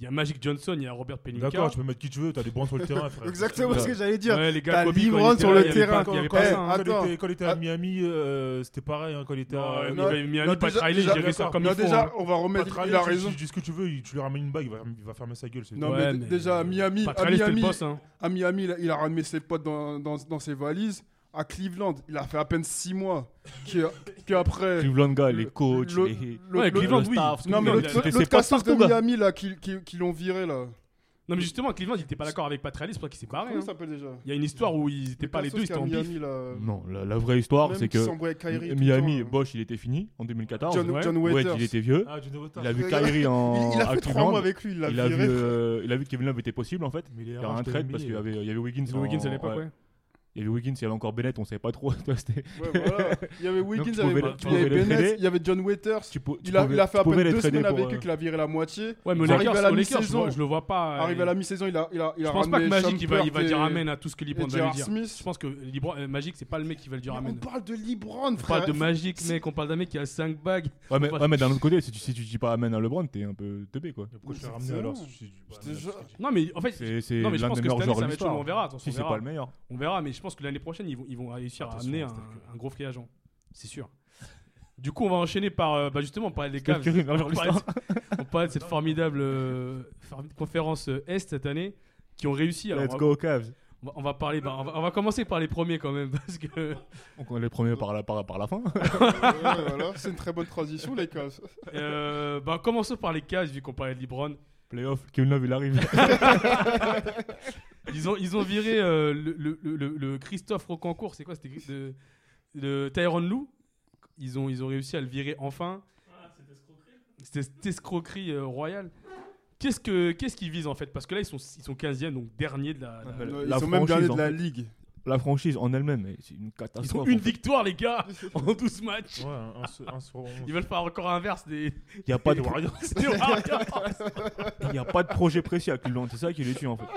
C: Il y a Magic Johnson, il y a Robert Pelinka.
E: D'accord, tu peux mettre qui tu veux, t'as les bons sur le terrain, frère.
D: Exactement ce que j'allais dire.
C: Ouais, les gars,
D: T'as
C: Kobe, quand il
D: LeBron
C: était
D: sur
C: là,
D: le
C: il y avait
D: terrain.
C: pas- Il y avait
E: Quand
C: pas
D: Eh,
C: ça. hein.
E: il
D: Attends.
E: était- Quand il était
D: Ah.
E: à Miami, euh, c'était pareil, hein, quand il était à.
C: Non,
E: Miami,
C: mais Miami,
D: Non,
C: Pat
D: déjà-
C: Riley, il
D: déjà-
C: gérait ça comme il
D: Non,
C: faut.
D: déjà,
C: hein.
D: on va
E: Pat
D: remettre.
E: Riley,
D: Il a
E: tu-
D: raison.
E: Tu dis ce que tu veux, il- tu lui ramènes une bague, il va, il va fermer sa gueule. c'est
D: Non,
E: tout. euh,
D: mais d- déjà, à Miami-
C: Pat
D: à
C: Riley, c'était le
D: Miami-
C: boss, hein.
D: À Miami, il a, il a ramené ses potes dans, dans- dans ses valises. À Cleveland, il a fait à peine 6 mois. Puis, puis après.
F: Cleveland, gars, les coachs,
D: le-
F: les.
D: le-
C: Ouais,
D: le-
C: Cleveland, oui.
D: Non,
C: Cleveland,
D: mais l'autre
C: il a-
F: c'était-
D: l'autre
F: c'est pas
D: cassos de
F: partout, gars.
D: Miami, là, qui, qui- qui l'ont viré, là.
C: Non, mais justement, Cleveland, il était pas d'accord avec Pat Riley, c'est pour ça qu'il s'est barré.
D: Comment
C: hein.
D: il s'appelle déjà
C: Il y a une histoire où ils étaient
D: Le
C: pas les
D: cassos
C: deux, ils étaient
D: qu'à
C: en bif.
D: Miami, là.
F: Non, la, la vraie histoire,
D: Même
F: c'est
D: qui
F: que
D: s'embrouille avec Kyrie tout le
F: Miami,
D: temps,
F: Bosch, il était fini en 2014.
D: John,
C: ouais.
D: John
F: Wedge,
D: Waiters.
F: il était vieux.
E: Ah, John Waters.
F: Il a vu
D: Ouais,
F: Kyrie en.
D: Il, il a
F: à
D: fait 3
F: Cleveland.
D: mois avec lui, il l'a
F: Il a vu,
D: viré.
F: euh, il a vu que Kevin Love était possible en fait.
E: Mais il est
F: Il y a un
E: arraché
F: trade
E: de
F: parce qu'il y
E: NBA.
F: avait, il y avait Wiggins.
C: Ils ont Wiggins à
F: en-
C: l'époque,
F: ouais.
C: ouais.
F: Il y avait Wiggins, il y avait encore Bennett, on savait pas trop. tu vois, c'était-
D: Ouais, voilà. Il y avait Wiggins,
F: tu
D: il y avait-
F: pouvais- tu
D: il y avait
F: pouvais les
D: Bennett,
F: trader.
D: il y avait John Waiters.
F: tu pou- tu
D: Il a,
F: pouvais-
D: il a fait
F: tu
D: à
F: pouvais
D: peine
F: les
D: deux
F: trader
D: semaines
F: pour,
D: avec
F: euh,
D: lui qu'il a viré la moitié.
C: Ouais, mais au
D: Ils arrivent à
C: Lakers,
D: la
C: au Lakers, je,
D: mi-saison.
C: le- je le vois pas. euh,
D: Arrivé à la mi-saison, il a, il a, il a
C: Je pense pas que
D: ramené
C: Magic
D: Shumpert
C: il va, il va
D: et-
C: dire amen à tout ce que
D: et
C: LeBron va
D: J.R.
C: lui dire.
D: Smith.
C: Je pense que Libra- euh, Magic c'est pas le mec qui va lui dire
D: Mais On
C: amen.
D: parle de LeBron,
C: On
D: frère.
C: parle de Magic, mec, on parle d'un mec qui a 5 bagues.
F: Ouais, mais,
C: Ouais.
F: ouais, mais d'un autre côté, si tu, si tu dis pas Amen à LeBron, t'es un peu teubé quoi.
E: Pourquoi tu l'as
D: C'est
E: ramené
D: ça.
E: alors si tu- bah,
D: te
E: merde,
D: jure.
E: parce que-
C: Non, mais en fait,
F: C'est c'est
C: non, mais je
F: l'un
C: pense
F: des
C: que cette
F: meilleurs
C: année,
F: joueurs
C: ça va
F: de
C: être chaud,
F: l'histoire.
C: on verra. de toute façon,
F: Si
C: on
F: c'est
C: verra.
F: pas le hein, meilleur.
C: On verra, mais je pense que l'année prochaine, ils vont, ils vont réussir à
E: Attention,
C: amener un,
E: Steph Curry.
C: un gros free agent. C'est sûr. Du coup, on va enchaîner par euh, bah justement on parlait des Cavs.
F: Curry, meilleur
C: on,
F: joueur de
C: parlait de- on parlait de cette formidable euh, for- conférence euh, Est cette année qui ont réussi. Alors, on, va,
F: Cavs.
C: on va- on va parler, bah, on, va, on va commencer par les premiers quand même [laughs] parce que
F: Donc on est les premiers par la, par, par la fin. [laughs]
D: Ouais, voilà. C'est une très bonne transition, les Cavs.
C: euh, bah, commençons par les Cavs vu qu'on parlait de LeBron.
F: Playoff, Kevin Love il arrive. [laughs]
C: Ils ont, ils ont viré euh, le, le- le- le- le Christophe Rocancourt, c'est quoi C'était Chris- de, de Tyron Lou. Ils ont, ils ont réussi à le virer enfin. C'était cette escroquerie euh, royale. Qu'est-ce que- qu'est-ce qu'ils visent en fait Parce que là, ils sont, ils sont 15e, donc dernier de la. la-
F: mais
D: Non,
F: la
D: Ils sont
F: franchise,
D: même derniers de
F: en
D: la
F: fait.
D: Ligue.
F: la franchise en elle-même, mais c'est une
C: Ils ont
F: catastrophe.
C: une
F: en fait.
C: victoire, les
F: [laughs]
C: gars, en 12 matchs.
E: Ouais, un, sur- un sur onze.
C: Ils veulent faire encore inverse des. Ah,
F: Il n'y
C: [laughs]
F: a, pas de- [laughs]
C: des Warriors.
F: il y a pas de projet précis à Cleveland, c'est ça qui les tue en fait. ça,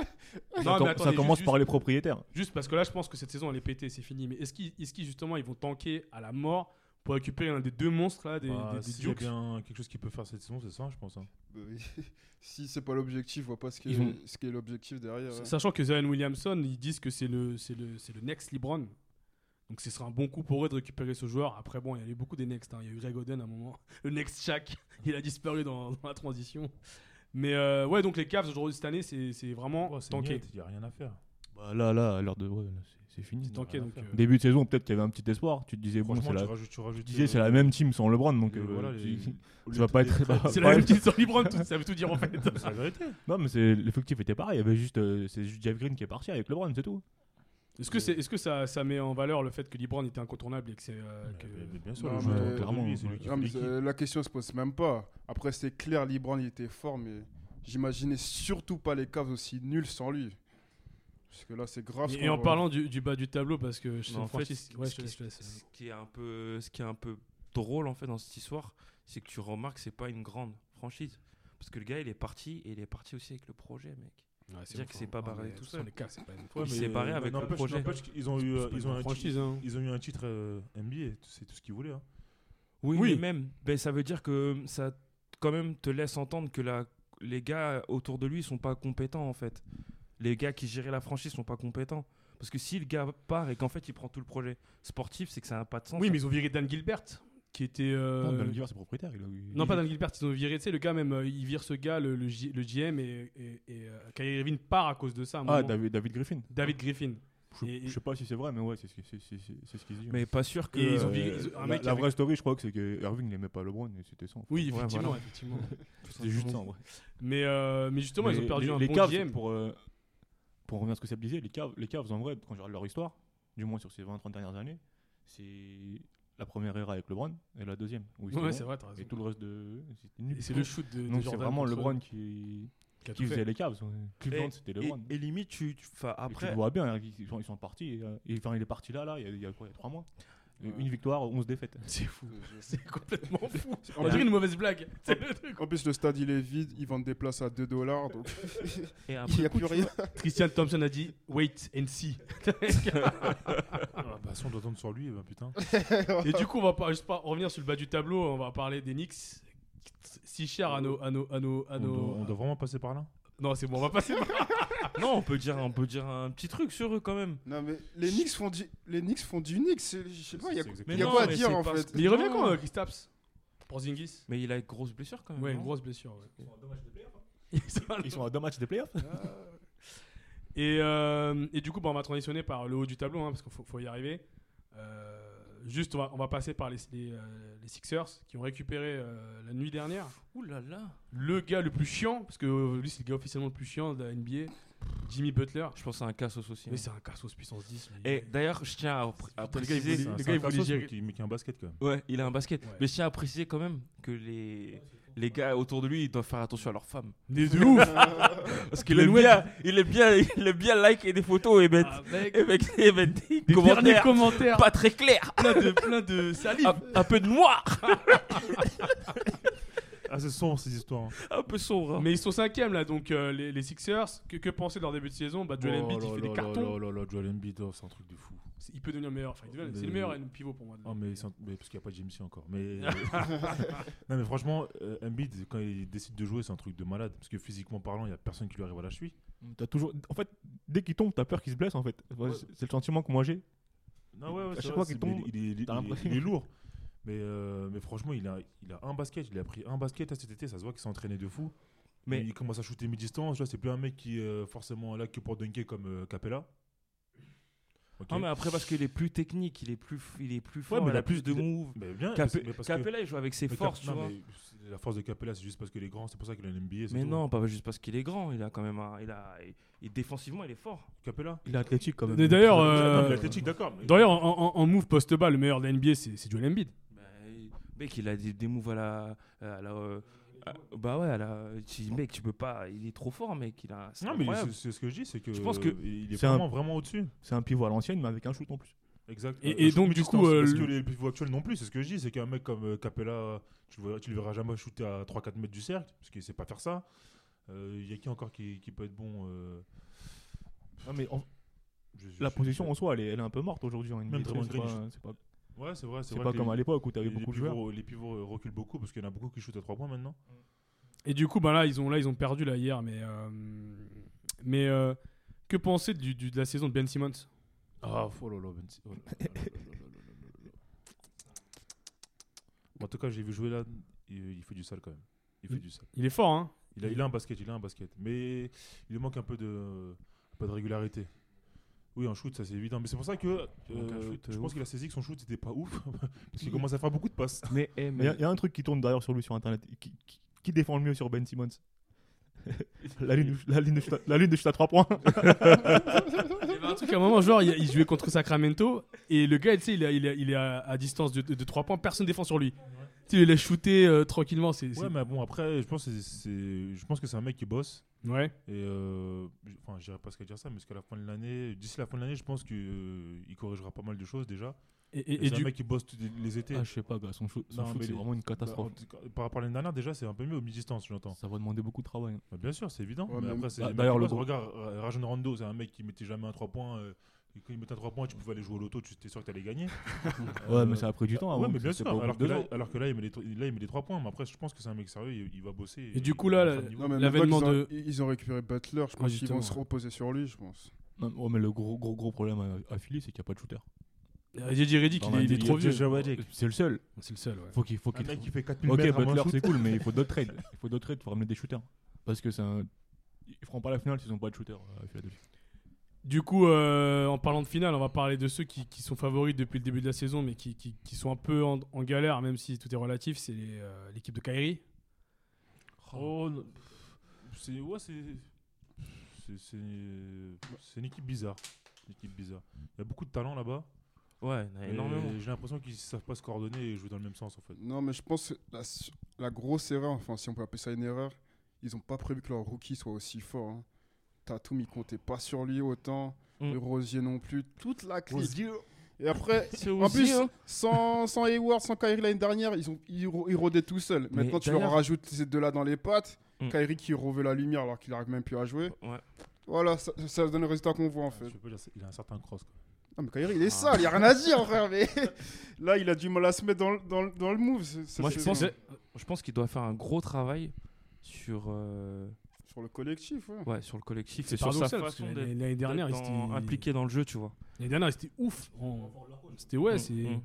C: mais
F: com-
C: attendez,
F: ça
C: juste-
F: commence
C: juste-
F: par les propriétaires.
C: Juste parce que là, je pense que cette saison, elle est pétée, c'est fini. Mais est-ce qu'ils, est-ce qu'ils, justement, ils vont tanker à la mort pour récupérer un des deux monstres là, des,
E: Bah,
C: des- des
E: s'il y a
C: Dukes.
E: bien quelque chose qui peut faire cette saison, c'est ça, je pense. hein.
D: Bah oui. [laughs] si c'est pas l'objectif, je vois pas ce qu'est
C: Ils vont-
D: ce qu'est l'objectif derrière. hein.
C: Sachant que Zion Williamson, ils disent que c'est le, c'est le, c'est le next LeBron. Donc ce sera un bon coup pour eux de récupérer ce joueur. Après, bon, il y avait beaucoup des next. hein. Il y a eu Greg Oden à un moment. [laughs] Le next Shaq, il a disparu dans, dans la transition. Mais euh, ouais, donc les Cavs aujourd'hui cette année, c'est, c'est vraiment
E: Oh, c'est
C: tanké.
E: net, Il n'y a rien à faire.
F: Bah, là, là, à l'heure de. ouais, là, c'est- c'est fini.
C: C'est tanké.
E: rien à
C: Donc,
E: faire.
C: euh,
F: Début de saison, peut-être qu'il y avait un petit espoir. Tu te disais, bon,
E: Franchement,
F: c'est
E: tu
F: la...
E: rajoutes- tu rajoutes,
F: tu disais,
E: euh,
F: c'est la même team sans LeBron, donc.
E: les-
F: euh,
E: voilà, les-
F: tu-
E: au
F: tu
E: lieu
F: vas
E: de
F: pas
E: des [laughs]
F: être-
E: trades,
C: c'est
F: Ouais.
C: la même petite sur LeBron, tout- ça veut tout dire en fait.
F: [laughs]
E: C'est la vérité.
F: [laughs] Non, mais c'est l'effectif était pareil. Il y avait juste, euh, c'est juste Jeff Green qui est parti avec LeBron, c'est tout.
C: Est-ce que, c'est, est-ce que ça, ça met en valeur le fait que LeBron était incontournable et que c'est. euh, que-
E: Mais- mais Bien sûr,
D: Non,
E: le joueur,
D: mais-
E: autour de
F: clairement,
E: lui, c'est lui
F: ouais.
E: qui
D: Ah,
E: fait
D: mais,
E: l'équipe.
D: euh, la question se pose même pas. Après, c'est clair, Libran, il était fort, mais j'imaginais surtout pas les Cavs aussi nuls sans lui. Parce que là, c'est grave. ce
C: Et, et
D: qu'on
C: en
D: voit.
C: parlant du, du bas du tableau, parce que je
G: Mais en fait,
C: Francis- ouais, je
G: ce,
C: te
G: qui,
C: laisse- euh, je te laisse.
G: ce qui est un peu, ce qui est un peu drôle en fait dans cette histoire, c'est que tu remarques que c'est pas une grande franchise. Parce que le gars, il est parti et il est parti aussi avec le projet, mec.
C: Ouais,
G: dire
C: ouf,
G: que c'est
C: hein.
G: pas
C: Ah,
G: barré
C: mais
G: tout
C: de toute
G: seul.
C: façon, Les Cavs, c'est pas une
G: Ouais,
C: franchise.
G: mais- séparé avec le
E: n'empêche-
G: projet.
E: n'empêche qu'ils ont eu,
C: C'est
E: euh,
C: pas
E: ils
C: une
E: ont un titre,
C: franchise, hein.
E: ils ont eu un titre euh, NBA, c'est tout ce qu'ils voulaient. hein.
G: Oui,
C: Oui.
G: mais même. Ben, ça veut dire que ça, quand même, te laisse entendre que la, les gars autour de lui sont pas compétents, en fait. Les gars qui géraient la franchise sont pas compétents. Parce que si le gars part et qu'en fait, il prend tout le projet sportif, c'est que ça n'a pas de sens. hein.
C: Oui, mais ils ont viré Dan Gilbert, qui était. euh,
F: Non, Dan Gilbert, c'est propriétaire. il a- il-
C: Non, pas Dan Gilbert, ils ont viré, tu sais, le gars même, euh, ils virent ce gars, le, le, J- le GM, et, et, et, euh, Kyrie Irving part à cause de ça. à un
F: Ah,
C: moment.
F: David, David Griffin.
C: David Griffin.
F: Je,
C: Et-
F: je sais pas si c'est vrai, mais ouais, c'est ce qui- c'est- c'est- c'est- c'est ce qu'il se dit.
G: Mais pas sûr que.
C: Et ils ont
F: Euh,
C: viré- ils ont- ah, un
F: la,
C: mec
F: la
C: avec-
F: vraie story, je crois que c'est que Irving n'aimait pas LeBron et c'était ça. en fait.
C: Oui,
G: Ouais,
C: effectivement,
G: voilà.
C: effectivement.
F: C'était juste ça, en vrai.
C: mais, euh, mais justement, ils
F: Mais
C: ont perdu
F: les,
C: un
F: les
C: bon
F: Cavs,
C: GM.
F: Pour, euh, pour revenir à ce que ça disait, les Cavs, les Cavs, en vrai, quand je regarde leur histoire, du moins sur ces 20-30 dernières années, c'est la première ère avec LeBron et la deuxième. où ils étaient
C: Ouais,
F: bons,
C: c'est vrai, t'as raison.
F: Et tout le reste de. c'était nul.
C: Et c'est le shoot de. de
F: Donc c'est
C: Jordan
F: vraiment
C: contre-
F: LeBron qui,
C: qui a tout
F: qui
C: fait.
F: faisait les Cavs. ouais. Cleveland,
G: Et-
F: c'était
G: Et,
F: LeBron.
G: et limite, tu, tu- 'fin,
F: Et tu
G: après,
F: le vois bien, hein, ils sont, ils sont partis. euh, et, enfin, il est parti là, là, il y a, il y a quoi, il y a trois mois. Euh, Une victoire, 11 défaites.
C: C'est fou. C'est complètement fou.
D: En
C: [laughs] On dirait
D: plus,
C: une mauvaise blague. C'est le truc.
D: en plus, le stade, il est vide. Ils vendent des places à 2 dollars. Donc,
G: et après
D: [laughs] il n'y a
G: coup,
D: plus
G: tu
D: rien.
C: Christian Thompson a dit Wait and see.
E: Ah, bah, si on doit attendre sur lui, eh ben, putain.
C: Et du coup, on va pas, juste pas revenir sur le bas du tableau, on va parler des Knicks. Si cher à nos. À nos, à nos, à
E: on,
C: nos-
E: doit, on doit vraiment passer par là.
C: Non, c'est bon, on va passer.
G: vois- Non, on peut, dire, on peut dire un petit truc sur eux quand même.
D: Non, mais les Knicks font du, les Knicks font du Knicks. c'est- Je sais pas, il y a,
E: C'est
D: il y a
E: exactement
G: Mais non,
D: quoi à
G: mais
D: dire
G: c'est
D: en
G: parce
D: fait.
C: Mais il revient
D: Non.
C: quand, euh, Kristaps Pour Zingis
G: Mais il a une grosse blessure quand même.
C: Ouais, une
G: non
C: grosse blessure. Ouais. [laughs] Ils sont en dommage de
F: Ils sont à deux matchs des playoffs.
C: Et, euh, et du coup, bah, on va transitionner par le haut du tableau, hein, parce qu'il faut, faut y arriver. Euh, juste, on va, on va passer par les, les, euh, les Sixers, qui ont récupéré euh, la nuit dernière
G: Ouh là là.
C: le gars le plus chiant, parce que euh, lui, c'est le gars officiellement le plus chiant de la NBA, Jimmy Butler.
G: Je pense à un cassos aussi.
C: Mais
G: hein.
C: c'est un cassos puissance 10. lui.
G: Et d'ailleurs, je tiens à, pr- à
C: Putain, le gars, il
G: préciser.
C: voulait-
E: C'est un-
C: le
E: c'est
C: gars,
E: un
C: il voulait
E: cassos,
C: gérer-
E: mais qui- Mais qui a un basket, quand même.
G: Ouais, il a un basket.
C: Ouais.
G: Mais je tiens à préciser quand même que les, les gars autour de lui, ils doivent faire attention à leurs femmes.
C: Mais de ouf
G: [laughs] Parce qu'il aime bien, il est bien, il est bien liker des photos et mettre,
C: Avec
G: et mettre- et mettre des,
C: Ah. des derniers
G: commentaires
C: commentaires
G: pas très clairs,
C: plein de, plein de salive.
G: un, un peu de noir,
E: Ah, c'est sombre ces histoires. hein.
G: un peu sombre. hein.
C: Mais ils sont cinquièmes là, donc euh, les, les Sixers, que, que penser de leur début de saison Bah, Joel
E: Oh
C: Embiid,
E: là
C: il fait
E: là
C: des
E: là
C: cartons.
E: là là là, Joel Embiid, oh, c'est un truc de fou.
C: C'est- Il peut devenir meilleur. Enfin, il devient-
E: Mais-
C: c'est le meilleur euh, pivot pour moi. de-
E: Oh, mais, ils sont- mais parce qu'il n'y a pas de JMC encore. [laughs] Mais euh, non, mais franchement, euh, Embiid, quand il décide de jouer, c'est un truc de malade. Parce que physiquement parlant, il n'y a personne qui lui arrive à la cheville.
F: Mm, T'as toujours... En fait, dès qu'il tombe, t'as peur qu'il se blesse en fait. Enfin, c'est- C'est le sentiment que moi j'ai.
E: Non, ouais, ouais,
F: À
E: c'est
F: chaque
E: vrai,
F: fois qu'il
E: c'est- mais
F: tombe,
E: il, est- il est-
F: t'as
E: il est-
F: l'impression-
E: il est lourd. Mais, euh, mais franchement, il a, il a un basket. Il a pris un basket là, cet été. Ça se voit qu'il s'est entraîné de fou.
G: Mais-
E: Mais il commence à shooter mi-distance. Là, c'est plus un mec qui est euh, forcément là que pour dunker comme euh, Capella. Ok.
G: Non, Ah, mais après, parce qu'il est plus technique, il est plus, f- il est plus fort,
E: mais
G: il
E: il
G: a
E: a
G: plus de moves.
E: Mais bien,
G: Capella,
E: mais parce que-
G: il joue avec ses
E: mais Cap-
G: forces, tu
E: non,
G: vois.
E: mais c'est- La force de Capella, c'est juste parce qu'il est grand. C'est pour ça qu'il a un NBA. c'est
G: Mais
E: tout.
G: non, pas juste parce qu'il est grand, il a quand même un. Il a, il- il- défensivement, il est fort.
E: Capella
F: Il est athlétique quand même.
C: Mais d'ailleurs, euh,
E: Non, mais athlétique, d'accord. mais-
C: D'ailleurs, en, en- en move post-bas, le meilleur de la NBA, c'est c'est Joel Embiid.
G: Bah, il- mec, il a des, des moves à la. à la, euh, à- bah ouais, à la, tu- mec, tu peux pas. Il est trop fort, mec. Il a, c'est
E: Non, mais
G: incroyable.
E: c'est- c'est ce que je dis, c'est que.
G: Je pense que
E: Il est
F: c'est un-
E: vraiment, vraiment au-dessus.
F: C'est un pivot à l'ancienne, mais avec un shoot en plus.
E: Exact.
C: Et-
E: Euh,
C: et
E: shoot
C: donc, du
E: mi-distance,
C: coup, euh,
E: parce que
C: le-
E: les pivots actuels non plus, c'est ce que je dis, c'est qu'un mec comme euh, Capella, tu le, verras, tu le verras jamais shooter à 3-4 mètres du cercle, parce qu'il sait pas faire ça. Euh, Il y a qui encore qui, qui peut être bon euh,
F: mais
E: je- je-
F: la
E: je-
F: position
E: je-
F: en soi, elle est, elle est un peu morte aujourd'hui en NBA.
E: Draymond
F: c'est
E: Green,
F: pas- c'est pas-
E: Ouais, c'est vrai.
F: C'est
E: vrai
F: pas
E: que
F: comme
E: les-
F: à l'époque où tu avais
E: les,
F: beaucoup de joueurs.
E: pivots, les pivots, euh, reculent beaucoup parce qu'il y en a beaucoup qui shootent à 3 points maintenant.
C: Et du coup, ben là, ils ont, là, ils ont perdu là, hier, mais, euh, mais euh, que penser du, du- de la saison de Ben Simmons
E: Ah, oh là là, Ben Si- oh là là là là là là là là là. En tout cas, j'ai vu jouer là, il, il fait du sale quand même. Il fait du sale.
C: Il est fort, hein
E: Il a, il a un basket, il a un basket. Mais il lui manque un peu de, un peu de régularité. Oui, un shoot, ça c'est évident. Mais c'est pour ça que euh,
G: manque un shoot,
E: je
G: euh,
E: pense
G: ouf.
E: qu'il a saisi que son shoot c'était pas ouf. [laughs] parce qu'il commence à faire beaucoup de passes.
G: Mais, eh,
F: Mais
G: mais-
F: il y, a un truc qui tourne d'ailleurs sur lui sur internet. Qui, qui- qui défend le mieux sur Ben [laughs] Simmons la, ligne, de- la, ligne de, chute à- la ligne de chute à 3 points.
C: Il y avait un truc à un moment, genre, il, il jouait contre Sacramento et le gars, tu sais, il, est- il, est- il est à, à distance de, de, 3 points, personne défend sur lui. Tu sais, il a shooté euh, tranquillement. C'est, c'est-
E: Ouais, mais bon, après, je pense, que c'est- c'est- je pense que c'est un mec qui bosse.
C: ouais.
E: Et euh, j- enfin, je dirais pas ce qu'à dire ça, mais jusqu'à la fin de l'année, d'ici la fin de l'année, je pense qu'il corrigera pas mal de choses déjà.
C: Et,
E: Et,
C: et- et
E: c'est
C: du
E: un mec qui bosse tous les- les étés.
F: Ah, je sais pas, gars, son, shoot- son
E: Non,
F: shoot,
E: mais
F: c'est
E: les-
F: vraiment une
E: Bah, en
F: catastrophe.
E: tout cas, par rapport à l'année dernière, déjà, c'est un peu mieux au mi-distance, j'entends.
F: Ça va demander beaucoup de travail.
E: Bah, bien sûr, c'est évident.
D: Ouais,
E: mais
D: mais-
E: après, c'est
F: Bah,
E: les mecs
F: d'ailleurs,
E: qui
F: le
E: bossent.
F: gros-
E: Regarde, Ra- euh, Rajon Rondo, c'est un mec qui mettait jamais un 3 points. euh, et quand il mettait un 3 points, tu pouvais aller jouer au loto, tu étais sûr que t'allais gagner.
F: [laughs] ah Ouais,
E: Euh,
F: mais ça a pris du temps.
E: ouais,
F: avant
E: mais
F: que
E: bien sûr.
F: c'était pas au bout
E: Alors
F: de
E: que,
F: deux
E: là,
F: ans.
E: alors que là, il met les, tro- là, il met les 3 points. Mais après, je pense que c'est un mec sérieux, il, il va bosser.
C: Et du
E: il-
C: coup,
E: il
C: là,
E: va faire le
C: la-
E: niveau.
D: Non, mais
C: L'avènement
D: Bucks, ils ont-
C: de-
D: Ils ont récupéré Butler, je
C: Ouais,
D: pense qu'ils
C: justement.
D: vont se reposer sur lui, je pense.
F: Non, ouais, mais le gros, gros, gros problème à, à Philly, c'est qu'il n'y a pas de shooter.
C: Euh, JJ Redick,
F: Dans
C: il, est- il
F: la euh,
C: est trop vieux.
E: Déjà, Wadick.
F: C'est le seul.
C: C'est le seul, ouais.
F: Faut qu'il faut
E: Un
F: qu'il
E: mec
F: trouve-
E: qui fait 4000
F: Ok,
E: mètres à moins
F: Butler,
E: un shoot.
F: c'est cool, mais il faut d'autres trades. Il faut d'autres trades pour ramener des shooters. Parce que c'est un. Ils feront pas la finale s'ils n'ont pas de shooter euh, à Philadelphie.
C: Du coup, euh, en parlant de finale, on va parler de ceux qui, qui sont favoris depuis le début de la saison, mais qui, qui- qui sont un peu en, en galère, même si tout est relatif. C'est les, euh, l'équipe de Kyrie.
E: Oh, non. c'est ouais, c'est c'est- c'est c'est une équipe bizarre, une équipe bizarre. Il y a beaucoup de talent là-bas.
G: Ouais, il y en a
E: mais
G: énormément.
C: euh,
E: J'ai l'impression qu'ils savent pas se coordonner et jouer dans le même sens en fait.
D: Non, mais je pense que la, s- la grosse erreur, enfin, si on peut appeler ça une erreur, ils n'ont pas prévu que leur rookie soit aussi fort. Hein. Tatum, il comptait pas sur lui autant.
G: Mm.
D: Et Rosier non plus. Toute la clique.
G: Rosier.
D: Et après, en plus, sans, sans Hayward, sans Kyrie l'année dernière, ils, ont, ils, ro- ils rodaient tout seuls.
G: Mais
D: Maintenant, tu
G: d'ailleurs-
D: leur rajoutes ces deux-là dans les pattes.
G: Mm.
D: Kyrie qui reveut la lumière alors qu'il n'arrive même plus à jouer.
G: Ouais.
D: Voilà, ça, ça donne le résultat qu'on voit en
E: Je
D: fait.
E: peux pas dire, c'est- il a un certain cross. quoi.
D: Non, mais Kyrie, il
G: Ah.
D: est sale, il n'y a rien à dire, frère. Mais là, il a du mal à se mettre dans, le- dans, le- dans le move. c'est- c'est-
G: Moi, je
D: c'est-
G: pense, je pense qu'il doit faire un gros travail sur, euh,
D: Sur le collectif, ouais. Oh,
G: ouais, sur le collectif
C: C'est
G: et sur sa
C: paradoxal, parce que
G: façon
C: l'année-
G: d'être
C: l'année dernière, ils
G: d'être en-
C: étaient
G: impliqué dans le jeu, tu vois.
C: L'année dernière, c'était ouf. en- C'était ouais,
G: Mm,
C: c'est.
G: mm.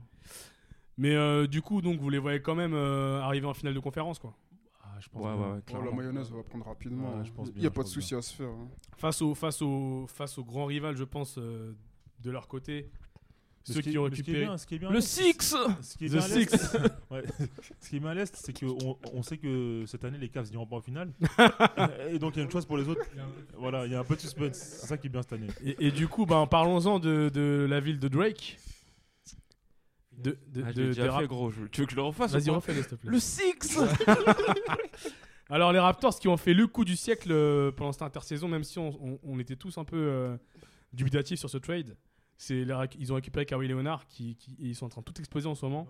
C: Mais euh, du coup, donc vous les voyez quand même euh, arriver en finale de conférence, quoi.
E: Ah, je pense.
G: Ouais, ouais,
E: que-
G: ouais,
D: Oh,
G: clairement.
D: la mayonnaise, on va prendre rapidement.
E: Ouais, je pense
D: il n'y
E: bien,
D: a
E: je
D: pas de
E: pense
D: souci à se faire. hein.
C: Face au face au face au grand rival, je pense euh, de leur côté, ceux
E: Mais ce
C: qui
E: est-
C: ont
E: mais ce qui est
C: récupéré.
E: bien- ce qui est bien à
G: Le
E: l'Est, c'est-
G: 6
E: Ce qui est
C: The
E: bien à l'Est, [laughs] ouais. Ce qui est bien à l'est, c'est qu'on on sait que cette année les Cavs n'iront pas en finale. et donc il y a une chose pour les autres. Voilà, il y a un peu de suspense. C'est ça qui est bien cette année.
C: [laughs] Et, et du coup, ben parlons-en de, de la ville de Drake. De, de,
G: Ah,
C: de- des Rap-
G: gros. je- Tu veux que je le refasse
C: Vas-y,
G: ou pas
C: refais-le, s'il te plaît.
G: Le 6
C: Alors, les Raptors qui ont fait le coup du siècle euh, pendant cette intersaison, même si on, on- on était tous un peu euh, dubitatifs sur ce trade, c'est la- ils ont récupéré Kawhi Leonard qui, qui- et ils sont en train de tout exploser en ce moment.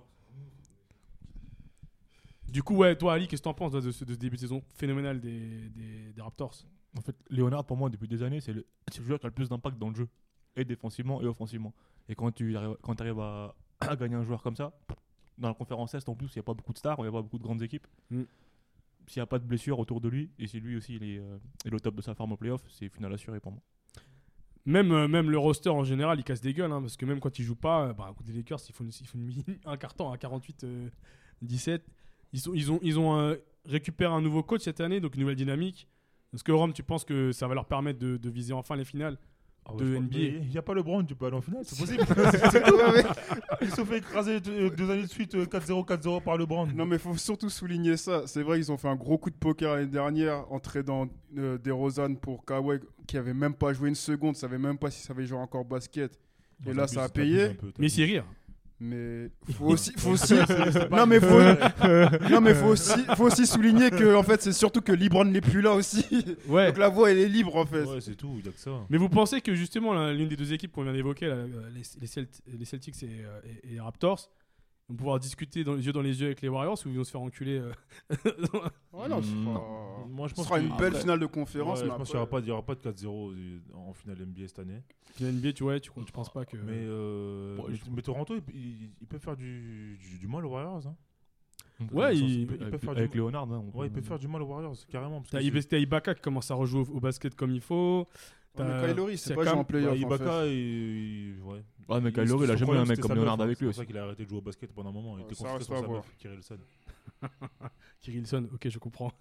C: Du coup, ouais, toi, Ali, qu'est-ce que t'en penses toi, de ce, de ce début de saison phénoménal des, des- des Raptors
F: En fait, Léonard, pour moi, depuis des années, c'est le, c'est le joueur qui a le plus d'impact dans le jeu. Et défensivement et offensivement. Et quand tu arrives, quand t'arrives à, [clears throat] à gagner un joueur comme ça, dans la conférence Est, en plus, il n'y a pas beaucoup de stars, il n'y a pas beaucoup de grandes équipes.
C: Mm.
F: S'il n'y a pas de blessure autour de lui, et si lui aussi il est, euh, il est au top de sa forme au playoff, c'est final assuré pour moi.
C: Même, euh, même le roster en général, il casse des gueules, hein, parce que même quand ils jouent pas, euh, bah, écoute, les Lakers, ils font, une- ils font une mini- [laughs] un carton à 48-17. ils, sont- ils ont, ils ont euh, récupéré un nouveau coach cette année, donc une nouvelle dynamique. Est-ce que Rome, tu penses que ça va leur permettre de, de viser enfin les finales
E: Ah ouais,
C: De
E: je pense-
C: NBA.
E: mais Il n'y a pas le LeBron, tu peux aller en finale, c'est possible. [laughs] Ils se sont fait écraser deux, deux années de suite euh, 4-0, 4-0 par LeBron.
D: Non, mais il faut surtout souligner ça. C'est vrai, ils ont fait un gros coup de poker l'année dernière en tradant euh, DeRozan pour Kawhi, qui avait même pas joué une seconde, savait même pas s'il savait jouer encore au basket. Et là, ça a payé.
C: Mais c'est rire.
D: Mais
E: [laughs]
D: faut aussi, faut aussi, non mais faut, [laughs] non mais faut aussi, faut aussi souligner que en fait, c'est surtout que LeBron n'est plus là aussi. [laughs]
C: Ouais.
D: Donc la voix, elle est libre en fait.
E: Ouais, c'est tout, il n'y a que ça.
C: Mais vous pensez que justement, là, l'une des deux équipes qu'on vient d'évoquer, là, euh, les, les Celt- les Celtics et, euh, et- et les Raptors, vont pouvoir discuter dans les yeux dans les yeux avec les Warriors ou ils vont se faire enculer euh,
D: Ouais, non, c'est
A: Mm,
D: pas-
E: Moi, je
D: Ce
E: pense
D: sera
E: que-
D: une belle finale de conférence.
E: Ah, Ouais,
D: mais
E: je pense
D: après- euh,
E: qu'il n'y aura pas, il y aura pas de 4-0 en finale NBA cette année.
C: Puis la NBA, tu vois, tu, tu penses pas que.
E: Mais, euh,
A: Bon,
E: mais-
A: je-
E: mais Toronto, ils, ils- ils peuvent faire du, du, du mal aux Warriors. Hein.
C: ouais, il,
E: peut- il
F: Avec,
E: peut faire
F: avec
E: du-
F: Léonard. hein, on
E: Ouais, ils
F: peut-
E: peuvent faire du mal aux Warriors, carrément. Parce
C: t'as
E: que
C: Ibes- t'as Ibaka qui commence à rejouer au, au basket comme il faut.
D: Ouais, mais
C: T'as-
D: Kyle Lowry, c'est
C: c'est
D: pas
C: quand
D: jouer en
C: même-
E: c'est-
D: playoff.
E: ouais,
D: en
E: Ibaka,
D: fait.
E: il, il- ouais.
F: Ouais, Ah, mais
E: Il-
F: Kyle Lowry, il a
E: son
F: jamais eu
E: problème,
F: un mec
E: c'était
F: comme
E: sa meuf,
F: Léonard
E: hein,
F: avec lui
E: C'est
F: aussi.
E: pour ça qu'il a arrêté de jouer au basket pendant un moment. Il
D: Ouais,
E: était
D: ça
E: concentré
D: reste
E: sur
D: à
E: sa
D: voir.
E: meuf, Kyrilson.
C: Kirilson, ok, je comprends.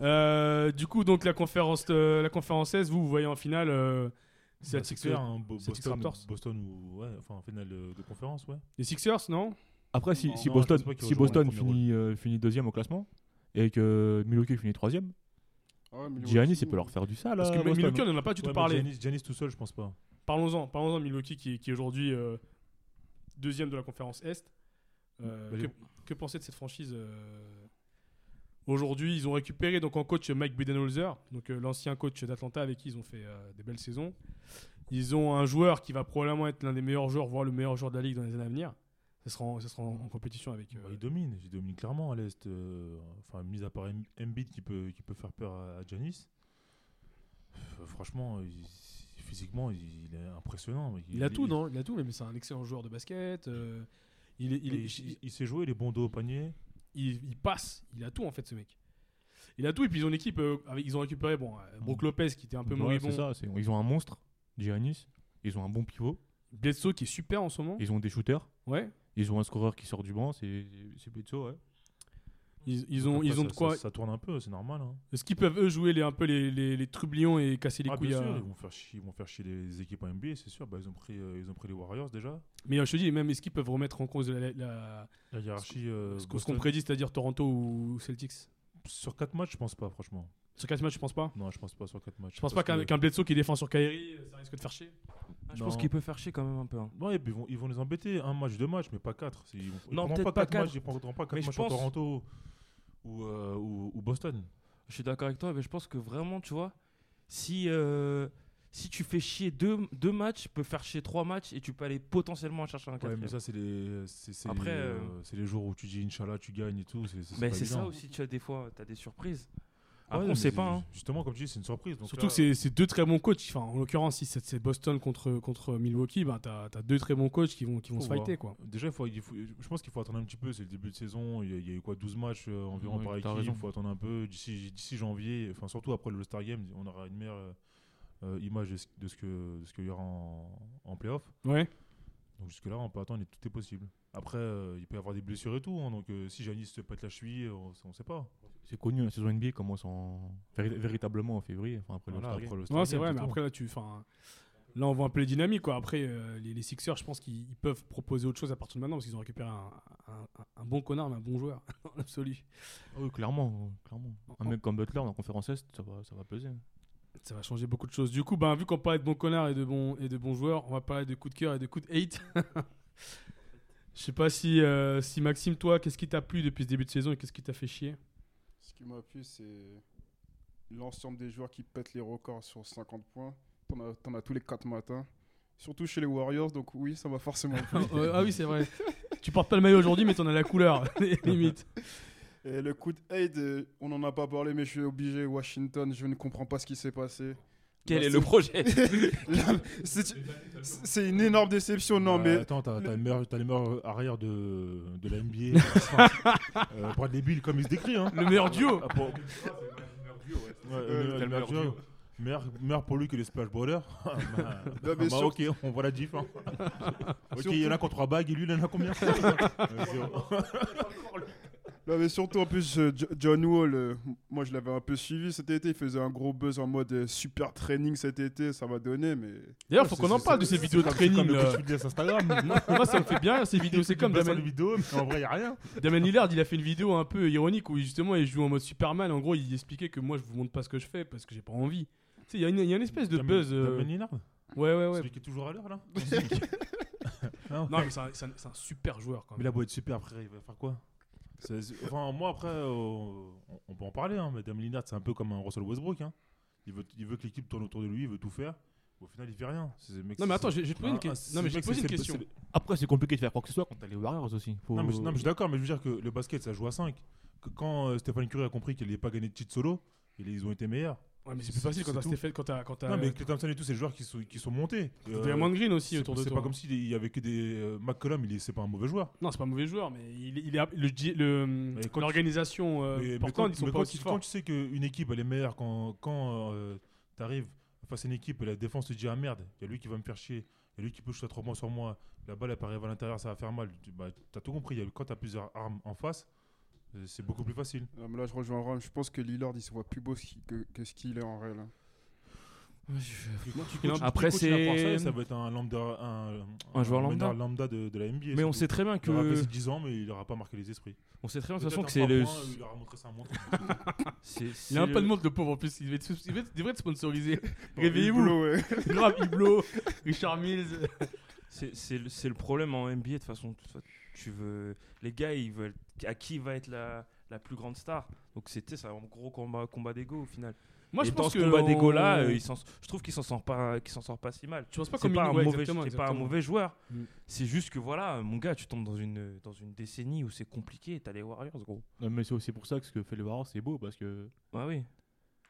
C: Euh, du coup, donc la conférence, euh, la conférence 16, vous, vous voyez en finale. euh,
E: Bah,
C: Celtics,
E: C'est clair, hein, Bo-
C: Celtics
E: Boston,
C: Raptors.
E: Boston ou ouais, enfin en finale de de conférence, ouais.
C: les Sixers,
E: Bah,
C: non
F: Après, si,
D: Non,
F: si
E: non,
F: Boston,
E: je pense pas qu'ils
F: si
E: rejoueront
F: Boston
E: le premier
F: finit, euh, finit deuxième au classement et que Milwaukee finit troisième,
D: Ouais, Ah, mais
F: Giannis,
D: Milwaukee,
F: il peut leur faire du sale.
C: Parce que
F: à
C: Mi-
F: Boston.
C: Milwaukee, on n'en a pas du tout
E: Ouais, mais
C: parlé.
E: Giannis, Giannis tout seul, je pense pas.
C: Parlons-en, parlons-en de Milwaukee qui, qui est aujourd'hui euh, deuxième de la conférence Est. Euh,
E: Bah,
C: que, que pensez de cette franchise euh, Aujourd'hui, ils ont récupéré donc en coach Mike Budenholzer, donc euh, l'ancien coach d'Atlanta avec qui ils ont fait euh, des belles saisons. Ils ont un joueur qui va probablement être l'un des meilleurs joueurs, voire le meilleur joueur de la ligue dans les années à venir. Ce sera en, ce sera en, en compétition avec. euh,
E: Bah, il domine, il domine clairement à l'Est. euh, Enfin, mis à part Em- Embiid qui peut, qui peut faire peur à à Giannis. Euh, Franchement, il- physiquement, il il est impressionnant.
C: il a tout, non Il a tout, mais c'est un excellent joueur de basket. euh, il, est- il
E: il,
C: est-
E: il- il sait jouer, il est bon dos au panier.
C: il, il passe, il a tout en fait ce mec. Il a tout et puis ils ont une équipe, euh, avec- ils ont récupéré bon, euh,
E: Mm.
C: Brook Lopez qui était un peu
F: Ouais,
C: moribond,
F: c'est ça, c'est- ils ont un monstre, Giannis. Ils ont un bon pivot.
C: Bledsoe qui est super en ce moment,
F: Ils ont des shooters.
C: ouais.
F: Ils ont un scoreur qui sort du banc. C'est c'est Bledsoe, ouais.
C: Ils, ils ont,
E: Après,
C: ils ont
E: ça-
C: de quoi.
E: ça, ça tourne un peu, c'est normal. hein.
C: Est-ce qu'ils peuvent eux jouer les, un peu les, les, les trublions et casser les
E: Ah,
C: couilles
E: bien
C: euh, à-
E: sûr, ils vont faire chier, ils vont faire chier les équipes en NBA, c'est sûr. Bah, ils ont pris, euh, ils ont pris les Warriors déjà.
C: Mais euh, je te dis, même est-ce qu'ils peuvent remettre en cause la, la-
E: La hiérarchie. euh,
C: ce qu'on- ce
E: Boston,
C: qu'on prédit, c'est-à-dire Toronto ou Celtics
E: sur 4 matchs, je pense pas, franchement.
C: Sur 4 matchs, je pense pas.
E: Non, je pense pas sur 4 matchs.
C: Je pense pas qu'un
E: Parce que-
C: qu'un Bledsoe qui défend sur Kyrie, euh, ça risque de faire chier.
G: Ah, je pense
E: Non.
G: qu'il peut faire chier quand même un peu. hein.
E: Ouais, mais ils vont, ils vont les embêter. Un match, deux matchs, mais pas quatre. C'est- Ils vont, ils
G: Non,
E: prendront
G: peut-être pas
E: quatre
G: quatre.
E: matchs. Ils prendront pas quatre
G: Mais je
E: matchs sur
G: pense-
E: Toronto ou, euh, ou, ou Boston.
G: Je suis d'accord avec toi, mais je pense que vraiment, tu vois, si, euh, si tu fais chier deux, deux matchs, tu peux faire chier trois matchs et tu peux aller potentiellement chercher un
E: Ouais,
G: quatrième.
E: mais ça, c'est les, c'est, c'est
G: Après,
E: les,
G: euh,
E: euh, c'est les jours où tu dis Inch'Allah, tu gagnes et tout. C'est, c'est,
G: mais
E: pas
G: c'est ça
E: évident.
G: aussi, tu vois, des fois, tu as des surprises.
E: Ouais,
G: Après, on
E: mais
G: sait
E: c'est-
G: pas. hein.
E: Justement, comme tu dis, c'est une surprise. Donc
C: Surtout
E: là,
C: que c'est- c'est deux très bons coachs. Enfin, en l'occurrence, si c'est c'est Boston contre, contre Milwaukee, ben, t'as as deux très bons coachs qui vont, qui vont
E: Faut
C: se
E: voir.
C: fighter. Quoi.
E: Déjà, il faut, il faut- je pense qu'il faut attendre un petit peu. C'est le début de saison. Il y a, il y a eu quoi 12 matchs euh, environ
F: Ouais,
E: par
F: t'as
E: équipe.
F: raison.
E: Il faut attendre un peu. D'ici, d'ici janvier, enfin, surtout après le Star Game, on aura une meilleure euh, euh, image de ce, de ce que- de ce qu'il y aura en, en playoff.
C: Ouais.
E: Donc jusque-là, on peut attendre et tout est possible. Après, euh, il peut y avoir des blessures et tout. hein, donc euh, si Janis se pète la cheville, euh, on, on sait pas.
F: C'est connu, la saison NBA commence en... véri- véritablement en février. Enfin, après
E: Voilà,
F: le
E: après le All-Star
C: Non, c'est
E: Game,
C: vrai,
E: c'est hein.
C: mais
E: tout.
C: après, là, tu, 'fin, là, on voit un peu les dynamiques. Quoi. Après, euh, les, les Sixers, je pense qu'ils ils peuvent proposer autre chose à partir de maintenant parce qu'ils ont récupéré un, un- un bon connard, mais un bon joueur, [laughs] en absolu.
F: Oui, clairement, euh, clairement. Un
C: En-
F: mec comme Butler dans la conférence Est, ça va, ça va peser.
C: Ça va changer beaucoup de choses. Du coup, ben, vu qu'on parlait de bon connard et de bon, et de bon joueur, on va parler de coup de cœur et de coup de hate. [laughs] Je sais pas si, euh, si Maxime, toi, qu'est-ce qui t'a plu depuis ce début de saison et qu'est-ce qui t'a fait chier
D: Ce qui m'a plu, c'est l'ensemble des joueurs qui pètent les records sur 50 points. T'en as, t'en as tous les 4 matins. Surtout chez les Warriors, donc oui, ça m'a
G: [laughs]
D: forcément plu.
C: [laughs] Euh, ah oui, c'est vrai. tu portes pas le maillot aujourd'hui, mais t'en as la couleur, [laughs] limite.
D: Et le coup de aid, euh, on n'en a pas parlé, mais je suis obligé. Washington, je ne comprends pas ce qui s'est passé.
G: Quel
D: Là,
G: est
D: [laughs]
G: le projet
D: c'est- Là, c'est- C'est une énorme déception, non
E: Bah,
D: mais.
G: euh,
E: Attends, t'as, t'as le meilleur, t'as le meilleur arrière de, de la NBA. enfin, euh, Bradley Bill, comme il se décrit. Hein.
C: Le meilleur duo.
E: Ah, pour- Ouais, le-
D: t'as
E: le meilleur duo. Meilleur, meilleur pour lui que les Splash Brothers. [laughs] Bah,
D: Non,
E: bah,
D: mais sur-
E: ok, on voit la diff. hein. ok,
D: Surtout-
E: il y en a qui ont trois bagues et lui, il en a combien Euh, zéro.
D: Non, mais surtout, en plus, euh, Jo- John Wall, euh, moi je l'avais un peu suivi cet été. Il faisait un gros buzz en mode euh, super training cet été, ça va donner, mais.
C: D'ailleurs, faut
E: Ouais,
C: qu'on
E: c'est-
C: en
E: c'est-
C: parle de
E: c'est
C: ces vidéos de
E: comme- c'est comme
C: training.
E: le
C: là.
E: coach Fitness Instagram.
C: Non, Moi, ça me fait bien rire, ces vidéos. C'est comme
E: Comme sur
C: Damien
E: les vidéos, mais en vrai, il n'y a rien.
C: Damien Lillard, il a fait une vidéo un peu ironique où justement il joue en mode Superman. En gros, il expliquait que moi je vous montre pas ce que je fais parce que j'ai pas envie. Tu sais, il y, a une- il y a une espèce de
E: Damien-
C: buzz. euh,
E: Damien Lillard
C: Ouais, ouais, ouais.
E: Celui qui est toujours à l'heure, là
C: [laughs]
E: [laughs]
C: Non, mais c'est un, c'est un- c'est un super joueur quand
E: Mais
C: même.
E: la boîte super, après, il va faire quoi C'est- c'est- Enfin, moi, après, euh, on, on peut en parler, hein, mais Damien Lillard, c'est un peu comme un Russell Westbrook. hein. Il, veut, il veut que l'équipe tourne autour de lui, il veut tout faire. Au final, il fait rien. C'est- mec,
C: Non, mais
E: c'est-
C: attends, je je vais te poser une
E: Ah, ah,
C: question. Non,
E: c'est-
C: mais je vais
E: mec,
C: te poser
E: c'est-
C: une
E: c'est-
C: question.
E: c'est-
F: Après, c'est compliqué de faire quoi que ce soit quand t'as les Warriors aussi. Faut-
E: Non, mais, je- non, mais je suis d'accord, mais je veux dire que le basket, ça joue à 5. Que quand euh, Stéphane Curie a compris qu'il n'allait pas gagné de titre solo, il- ils ont été meilleurs.
C: Ouais, mais c'est plus facile quand
E: C'est
C: t'as
E: tout.
C: Stéphane- quand t'as. Quand t'as
E: non, mais Clay Thompson et tous ces joueurs qui sont, qui sont montés.
C: t'as
E: Euh,
C: Draymond Green aussi
E: c'est-
C: autour de
E: C'est
C: toi. hein.
E: pas comme s'il y avait que des. euh, McCollum, il est- c'est pas un mauvais joueur.
C: Non, c'est pas un mauvais joueur, mais il, il est, le G- le,
E: Mais quand
C: l'organisation euh,
E: Mais- mais
C: Portland,
E: quand,
C: ils sont
E: mais
C: pas
E: quand
C: aussi
E: tu-
C: forts.
E: quand tu sais qu'une équipe, elle est meilleure, quand, quand euh, t'arrives face à une équipe et la défense te dit Ah merde, il y a lui qui va me faire chier, il y a lui qui peut shooter à 3 points sur moi, la balle, elle peut arriver à l'intérieur, ça va faire mal. Tu bah, as tout compris. il y a- Quand t'as plusieurs armes en face, euh, c'est beaucoup plus
G: [laughs]
E: facile.
D: Ah, mais là, je rejoins Ron. Je pense que Lillard, il se voit plus beau que, que ce qu'il est en réel. hein.
G: Après,
E: Tu continues à croire
G: c'est-
E: ça, Ça va être un lambda. Un,
G: Un joueur
E: meneur
G: lambda.
E: de, de la NBA.
G: Mais
E: c'est
G: on
E: tout.
G: sait très bien
E: Il aura
G: que.
E: passé 10 ans, mais il n'aura pas marqué les esprits.
G: On sait très bien de toute façon
E: Peut-être
G: que
E: un euh,
G: c'est
E: trois
G: le.
E: points, Il aura montré ça à moi.
G: c'est- c'est
C: Il a un
G: le-
C: pas de montre, le pauvre en plus. Il devait être, sous- il devait être- il devrait être sponsorisé. Réveillez-vous. Grave, Hublot, Richard Mills.
E: [laughs]
G: C'est c'est le, c'est le problème en NBA de toute façon. Tu- Tu veux, les gars, ils veulent à qui va être la, la plus grande star. Donc c'était ça, un gros combat, combat d'ego au final.
C: Moi,
G: Et
C: je
G: dans
C: pense
G: ce
C: que
G: combat
C: on-
G: d'ego là, euh, ils s'en- je trouve qu'ils s'en sortent pas, qu'ils s'en sortent pas si mal.
C: Tu penses pas
G: C'est
C: comme
G: pas,
C: une-
G: un
C: ouais,
G: mauvais,
C: exactement,
G: c'est pas un
C: exactement.
G: mauvais joueur.
C: Mm.
G: C'est juste que voilà, mon gars, tu tombes dans une dans une décennie où c'est compliqué. T'as les Warriors, gros.
F: Non, mais c'est aussi pour ça que ce que fait les Warriors, c'est beau parce que.
G: Bah oui.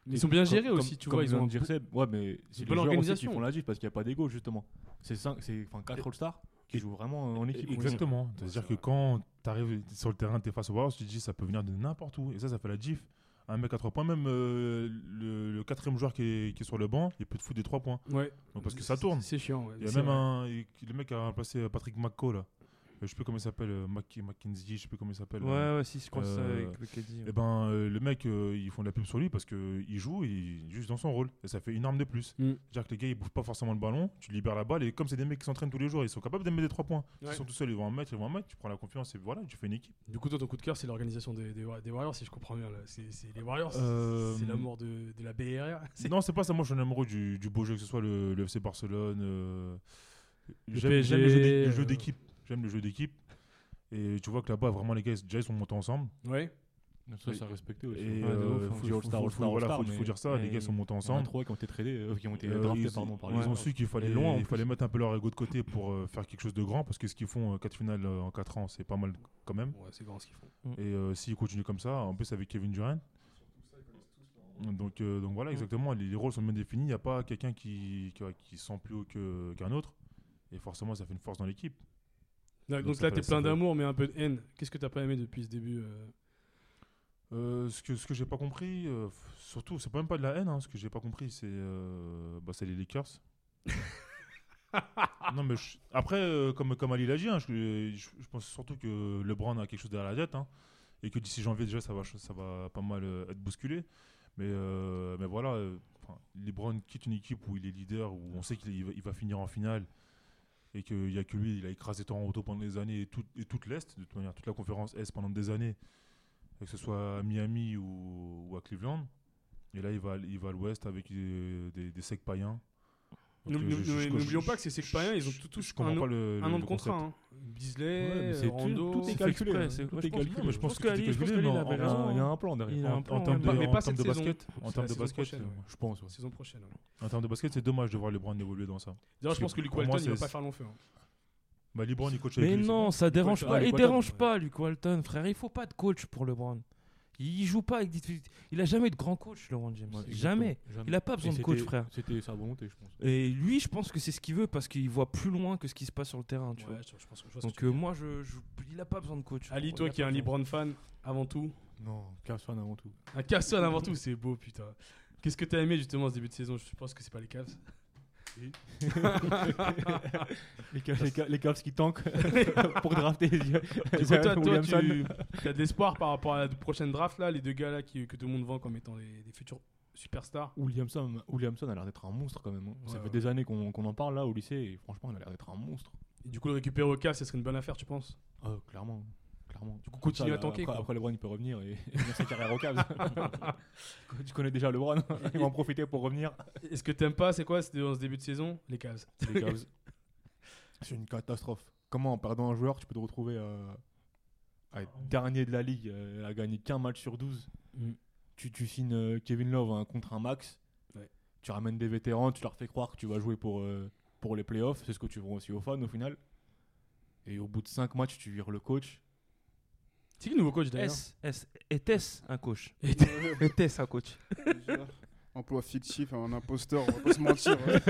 C: Ils sont bien
F: Comme-
C: gérés
F: comme-
C: aussi, tu
F: comme
C: vois. Ils
F: vient
C: ont
F: de dire Seb, ouais, mais
C: une
F: c'est les
C: bonne
F: joueurs aussi qui
C: organisation.
F: font la gifle parce qu'il n'y a pas d'ego justement. C'est 5, c'est enfin 4 All-Stars qui jouent vraiment en équipe.
E: Exactement. C'est-à-dire que quand tu arrives sur le terrain, tu es face aux Warriors, tu te dis ça peut venir de n'importe où. Et ça, ça fait la gif. Un mec à 3 points, même euh, le, le quatrième joueur qui est, qui est sur le banc, il peut te foutre des 3 points.
C: Ouais.
E: Donc, parce que ça tourne.
C: C'est chiant. ouais.
E: Il y a
C: C'est
E: même
C: vrai.
E: un. il- Le mec a remplacé Patrick McCall, là. Euh, Je sais plus comment il s'appelle. euh, Mac- McKenzie, je sais plus comment il s'appelle. euh,
G: Ouais, ouais, si je crois que c'est ça
E: euh,
G: avec le KD, ouais.
E: Eh ben, euh, le mec, euh, ils font de la pub sur lui parce qu'il joue il, juste dans son rôle. Et ça fait une arme de plus.
C: Mm.
E: C'est-à-dire que les gars, ils bougent pas forcément le ballon, tu libères la balle. Et comme c'est des mecs qui s'entraînent tous les jours, ils sont capables de mettre des trois points.
C: Ouais.
E: Ils sont tout seuls, ils vont en mettre, ils vont en mettre. Tu prends la confiance et voilà, tu fais une équipe.
C: Du coup, toi, ton coup de cœur, c'est l'organisation des, des, des Warriors, si je comprends bien. là. C'est c'est les Warriors, c'est-
E: Euh,
C: c'est l'amour de, de la BRR.
E: [laughs]
C: C'est-
E: Non, c'est pas ça. Moi, je suis un amoureux du, du beau jeu, que ce soit le, le FC Barcelone. euh,
C: Le
E: J'aime
C: PSG,
E: j'aime le jeu d'é- le
C: euh.
E: jeu d'équipe. J'aime le jeu d'équipe. Et tu vois que là-bas, vraiment, les gars, ils- déjà, ils sont montés ensemble.
C: Ouais.
F: Ça, c'est respecté aussi.
E: Et
F: Ouais, de
E: euh,
F: ouf, hein.
E: faut-
F: Du
E: faut-
F: All-Star,
E: faut-
F: All-Star,
E: voilà, faut-
F: All-Star,
E: faut
F: mais
E: dire ça. Les gars, ils sont montés
F: il y en a
E: ensemble.
F: trois qui ont été tradés, euh, qui ont été
E: Euh,
F: draftés,
E: ils,
F: pardon, par
E: ils
F: les
E: ont
F: Warriors.
E: su qu'il fallait,
G: loin, en
E: il
G: plus.
E: fallait mettre un peu leur ego de côté pour euh, faire quelque chose de grand parce que ce qu'ils font 4 finales euh, en 4 ans c'est pas mal quand même
C: Ouais, c'est grand ce qu'ils font.
E: et euh, s'ils continuent comme ça en plus avec Kevin Durant donc, euh, donc voilà exactement les, les rôles sont bien définis il n'y a pas quelqu'un qui, qui, qui sent plus haut que- qu'un autre et forcément ça fait une force dans l'équipe
C: Donc,
E: Donc ça
C: là,
E: fait-
C: t'es
E: ça
C: plein
E: fait-
C: d'amour, mais un peu de haine. Qu'est-ce que t'as pas aimé depuis ce début euh,
E: Euh, ce que ce que j'ai pas compris euh, f- surtout c'est pas même pas de la haine hein, ce que j'ai pas compris c'est euh, bah, c'est les Lakers non mais je- après euh, comme comme Ali l'a dit hein, je, je- je pense surtout que LeBron a quelque chose derrière la tête hein, et que d'ici janvier déjà ça va ch- ça va pas mal euh, être bousculé mais euh, mais voilà euh, enfin, LeBron quitte une équipe où il est leader où on sait qu'il il va, il va finir en finale et qu'il n'y a que lui, il a écrasé Toronto pendant des années et, tout- et toute l'Est, de toute manière, toute la conférence Est pendant des années que ce soit à Miami ou, ou à Cleveland. Et là, il va, il va à l'ouest avec euh, des, des secs païens. Donc,
C: N'oub-
E: euh, je- je-
C: n'oub-
E: je-
C: N'oublions
E: je-
C: pas que ces secs
E: je-
C: païens, ils ont
E: je-
C: tout- tous
E: je comprends
C: un
E: pas
C: an-
E: le,
C: un
E: le
C: an de contrat.
E: concept.
C: hein. Bisley,
F: Ouais, mais c'est tout-
C: Rondo.
F: tout est
C: c'est
G: calculé,
F: calculé.
G: hein,
F: hein,
G: c'est-
F: Tout
G: ouais, je
F: est
G: pense-
F: calculé.
E: non, mais je pense que
G: Ali-
E: c'était
G: je pense
E: calculé,
G: qu'Ali, il
E: mais
G: avait
E: en-
F: Il y a un- il y a
G: raison.
F: un plan
G: Il
F: derrière.
G: a un
F: En-
G: plan,
F: En termes
G: ouais.
F: de-
C: Bah, mais
E: en
C: pas
E: termes
C: cette
E: de
C: saison.
E: basket,
C: C'est
E: en termes
C: la
E: de
C: saison
E: basket, euh,
C: prochaine, ouais.
E: je pense. ouais.
C: Saison prochaine. ouais.
E: En termes de basket, c'est dommage de voir LeBron évoluer dans ça.
C: D'ailleurs,
E: Parce
C: je pense
E: que
C: que Luke
E: pour moi,
C: Walton, il va
E: c'est-
C: pas faire long feu. hein.
E: Bah, LeBron, il coach avec
G: Mais
E: lui, c'est
G: non, ça dérange
F: Walton,
G: pas.
F: ouais,
G: Il
F: Luke
G: dérange
F: Walton.
G: pas, Luke Walton, frère. Il faut pas de coach pour LeBron. Il joue pas avec. des- Il a jamais de grand coach, LeBron James.
F: Ouais,
G: jamais.
F: exactement. Jamais.
G: Il a pas besoin
F: Et
G: de coach,
F: c'était-
G: frère.
F: C'était sa volonté, je pense.
G: Et lui, je pense que c'est ce qu'il veut parce qu'il voit plus loin que ce qui se passe sur le terrain, tu
C: Ouais,
G: vois.
C: je- je pense que je vois ce que
G: Donc
C: tu
G: euh,
C: veux dire.
G: moi, je, je- il a pas besoin de coach.
C: Ali,
G: Il
C: toi
G: a
C: qui es
G: pas
C: un
G: besoin.
C: LeBron fan avant tout,
F: Non, personne avant tout.
C: un Casson avant tout, c'est beau, putain. Qu'est-ce que t'as aimé justement ce début de saison Je pense que c'est pas les Cavs.
F: Les Cavs, les Cavs- les Cavs qui
C: [laughs]
F: tankent pour drafter
C: Du coup, toi,
F: Zion
C: toi,
F: Williamson.
C: tu as de l'espoir par rapport à la prochaine draft, là, les deux gars là qui- que tout le monde vend comme étant des des futurs superstars.
F: Williamson, Williamson a l'air d'être un monstre quand même. hein.
C: Ouais,
F: Ça fait
C: ouais.
F: des années qu'on qu'on en parle là au lycée et franchement, il a l'air d'être un monstre.
C: Et du coup, le récupérer au Cavs, ce serait une bonne affaire, tu penses
F: Euh, clairement. Clairement. Du coup,
C: continue à tanker,
F: Après,
C: quoi.
F: après, LeBron, il peut revenir et, [laughs] et finir sa carrière
C: [laughs]
F: au Cavs. tu connais déjà LeBron, hein. il va en profiter pour revenir.
C: Et Ce que t'aimes pas, c'est quoi c'est dans ce début de saison Les Cavs.
F: Les Cavs. [laughs] C'est une catastrophe. Comment en perdant un joueur, tu peux te retrouver euh, à être dernier de la ligue, euh, à gagner qu'un match sur 12
C: Mm.
F: tu, tu signes euh, Kevin Love un contre un max,
C: Ouais.
F: tu ramènes des vétérans, tu leur fais croire que tu vas jouer pour, euh, pour les playoffs, c'est ce que tu vends aussi aux fans au final. Et au bout de 5 matchs, tu vires le coach.
C: C'est qui le nouveau coach d'ailleurs
G: S, S, était-ce un coach [laughs]
D: Déjà,
G: Était-ce un coach
D: Emploi fictif, hein, un imposteur, on va pas se mentir. hein.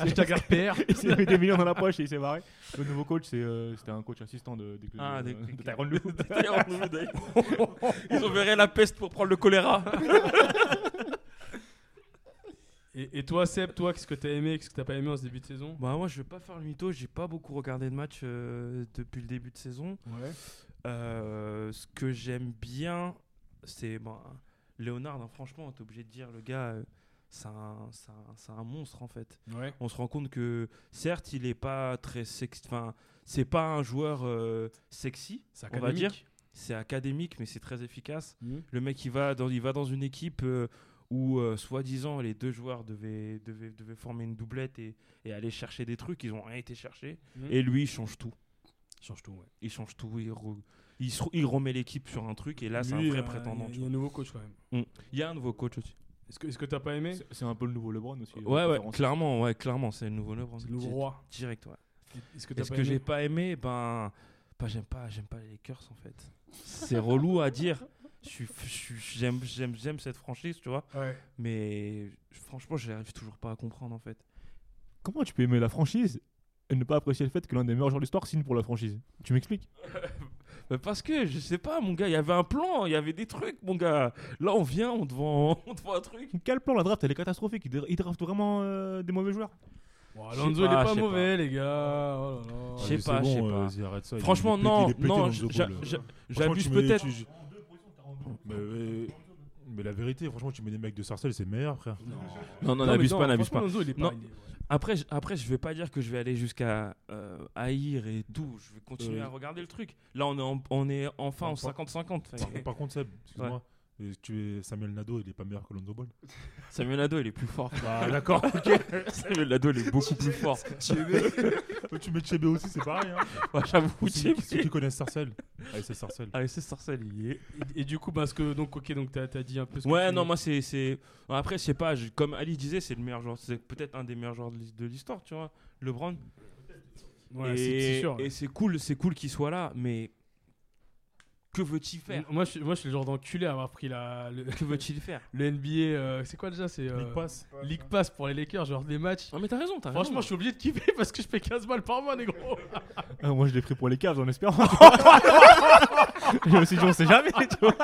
C: Hashtag RPR.
F: [laughs] il s'est mis des millions dans la poche et il s'est barré. Le nouveau coach, c'est, euh, c'était un coach assistant de, des-
G: Ah,
F: de-
G: des-
F: de Tyrone Lue.
G: [laughs] Ils enverraient la peste pour prendre le choléra.
C: Et, et toi, Seb, toi, qu'est-ce que t'as aimé, qu'est-ce que t'as pas aimé en ce début de saison
G: [laughs] Bah moi je vais pas faire le mytho, j'ai pas beaucoup regardé de matchs euh, depuis le début de saison.
D: Ouais.
G: Euh, ce que j'aime bien, c'est bon, Léonard, hein, franchement, t'es obligé de dire, le gars, euh, c'est un, c'est un- c'est un monstre en fait.
C: Ouais.
G: On se rend compte que certes, il est pas très sexy, enfin, c'est pas un joueur euh, sexy,
C: C'est
G: on va
C: académique.
G: dire. C'est académique, mais c'est très efficace.
C: Mhm.
G: Le mec, il va dans, il va dans une équipe euh, où, euh, soi-disant, les deux joueurs devaient, devaient, devaient former une doublette et, et aller chercher des trucs. Ils ont rien été chercher.
C: Mhm.
G: Et lui, il change tout.
C: Change tout, ouais.
G: Il change tout. Il, re- il se- il remet l'équipe sur un truc. Et là, c'est un
C: Lui,
G: vrai
C: euh,
G: prétendant.
C: Il
G: tu
C: y a- il y a un nouveau coach quand même.
G: vois. Mhm. Il y a un nouveau coach aussi.
C: Est-ce que est-ce que t'as pas aimé
F: C'est- C'est un peu le nouveau LeBron aussi. euh,
G: Ouais,
F: en
G: ouais,
F: conférence.
G: clairement, ouais, clairement, c'est le nouveau LeBron.
C: C'est le nouveau
G: Di-
C: roi.
G: Direct, ouais.
C: Est-ce que
G: Et
C: t'as
G: ce
C: pas
G: que j'ai
C: aimé
G: pas aimé, ben, ben, j'aime pas, j'aime pas les Lakers en [laughs] fait. C'est relou à dire. Je suis- je suis- j'aime, j'aime, j'aime cette franchise, tu vois.
C: Ouais.
G: Mais franchement, je n'arrive toujours pas à comprendre en fait.
F: Comment tu peux aimer la franchise et ne pas apprécier le fait que l'un des meilleurs joueurs de l'histoire signe pour la franchise Tu m'expliques
G: Mais Bah, parce que je sais pas, mon gars, il y avait un plan, il y avait des trucs, mon gars. Là, on vient, on te vend, [laughs] on te vend un truc.
F: Quel plan la draft Elle est catastrophique. Ils dra- Ils draftent vraiment euh, des mauvais joueurs.
C: Bon,
G: Je sais
C: Alonso, il est
G: pas,
C: pas
G: je sais
C: mauvais, les gars. Oh là là.
E: Ah,
G: Je sais pas, je sais pas.
E: sais pas.
G: Franchement, non,
E: hein,
G: non, j'a- j'a- j'abuse peut-être.
E: Mais, mais- mais la vérité, franchement, tu mets des mecs de Sarcelles, c'est meilleur, frère.
G: Non, non,
C: mais
G: n'abuse pas, n'abuse
C: franchement,
G: pas.
C: Alonso, il est
G: Non.
C: pas. il est-
G: Après, je, après, je vais pas dire que je vais aller jusqu'à euh, haïr et tout. Je vais continuer
E: Euh,
G: à regarder le truc. Là, on est, en- on est enfin
E: Par-
G: en
E: par-
G: 50-50.
E: Par, par contre, Seb, excuse-moi, euh, tu es Samuel Nado, il est pas meilleur que Lonzo Ball.
G: Samuel Lado, il est plus [laughs] fort.
E: Ah, d'accord.
G: Samuel Lado, il est beaucoup plus fort.
E: [laughs]
G: [laughs]
E: tu mets Chebe aussi, c'est pareil. Hein.
G: Ouais, J'avoue,
E: Ceux,
G: Jimmy.
E: qui, ceux qui connaissent Sarcelles, allez, c'est Sarcelles.
G: Ah, c'est Sarcelles, il y est.
C: Et, et du coup, parce que donc, ok, donc t'as t'as dit un peu. ce que
G: Ouais,
C: tu-
G: non, moi, c'est. c'est- Après, je sais pas, je- comme Ali disait, c'est le meilleur joueur. C'est peut-être un des meilleurs joueurs de l'hi- de l'histoire, tu vois. LeBron.
C: Ouais,
G: et
C: c'est c'est sûr.
G: et c'est cool, c'est cool qu'il soit là, mais. Que veut-il faire
C: Moi, je suis, moi, je suis le genre d'enculé à avoir pris la, le,
G: Que veut-il faire
C: le NBA. euh, c'est quoi déjà C'est euh,
E: Nick passe.
C: League Pass pour les Lakers, genre des matchs.
G: Non, mais t'as raison, t'as raison.
C: Franchement, je suis obligé de kiffer [laughs] parce que je fais 15 balles par mois, négro.
F: Ah, moi, je l'ai pris pour les caves en [laughs] espérant. je me suis dit, on sait jamais, tu vois.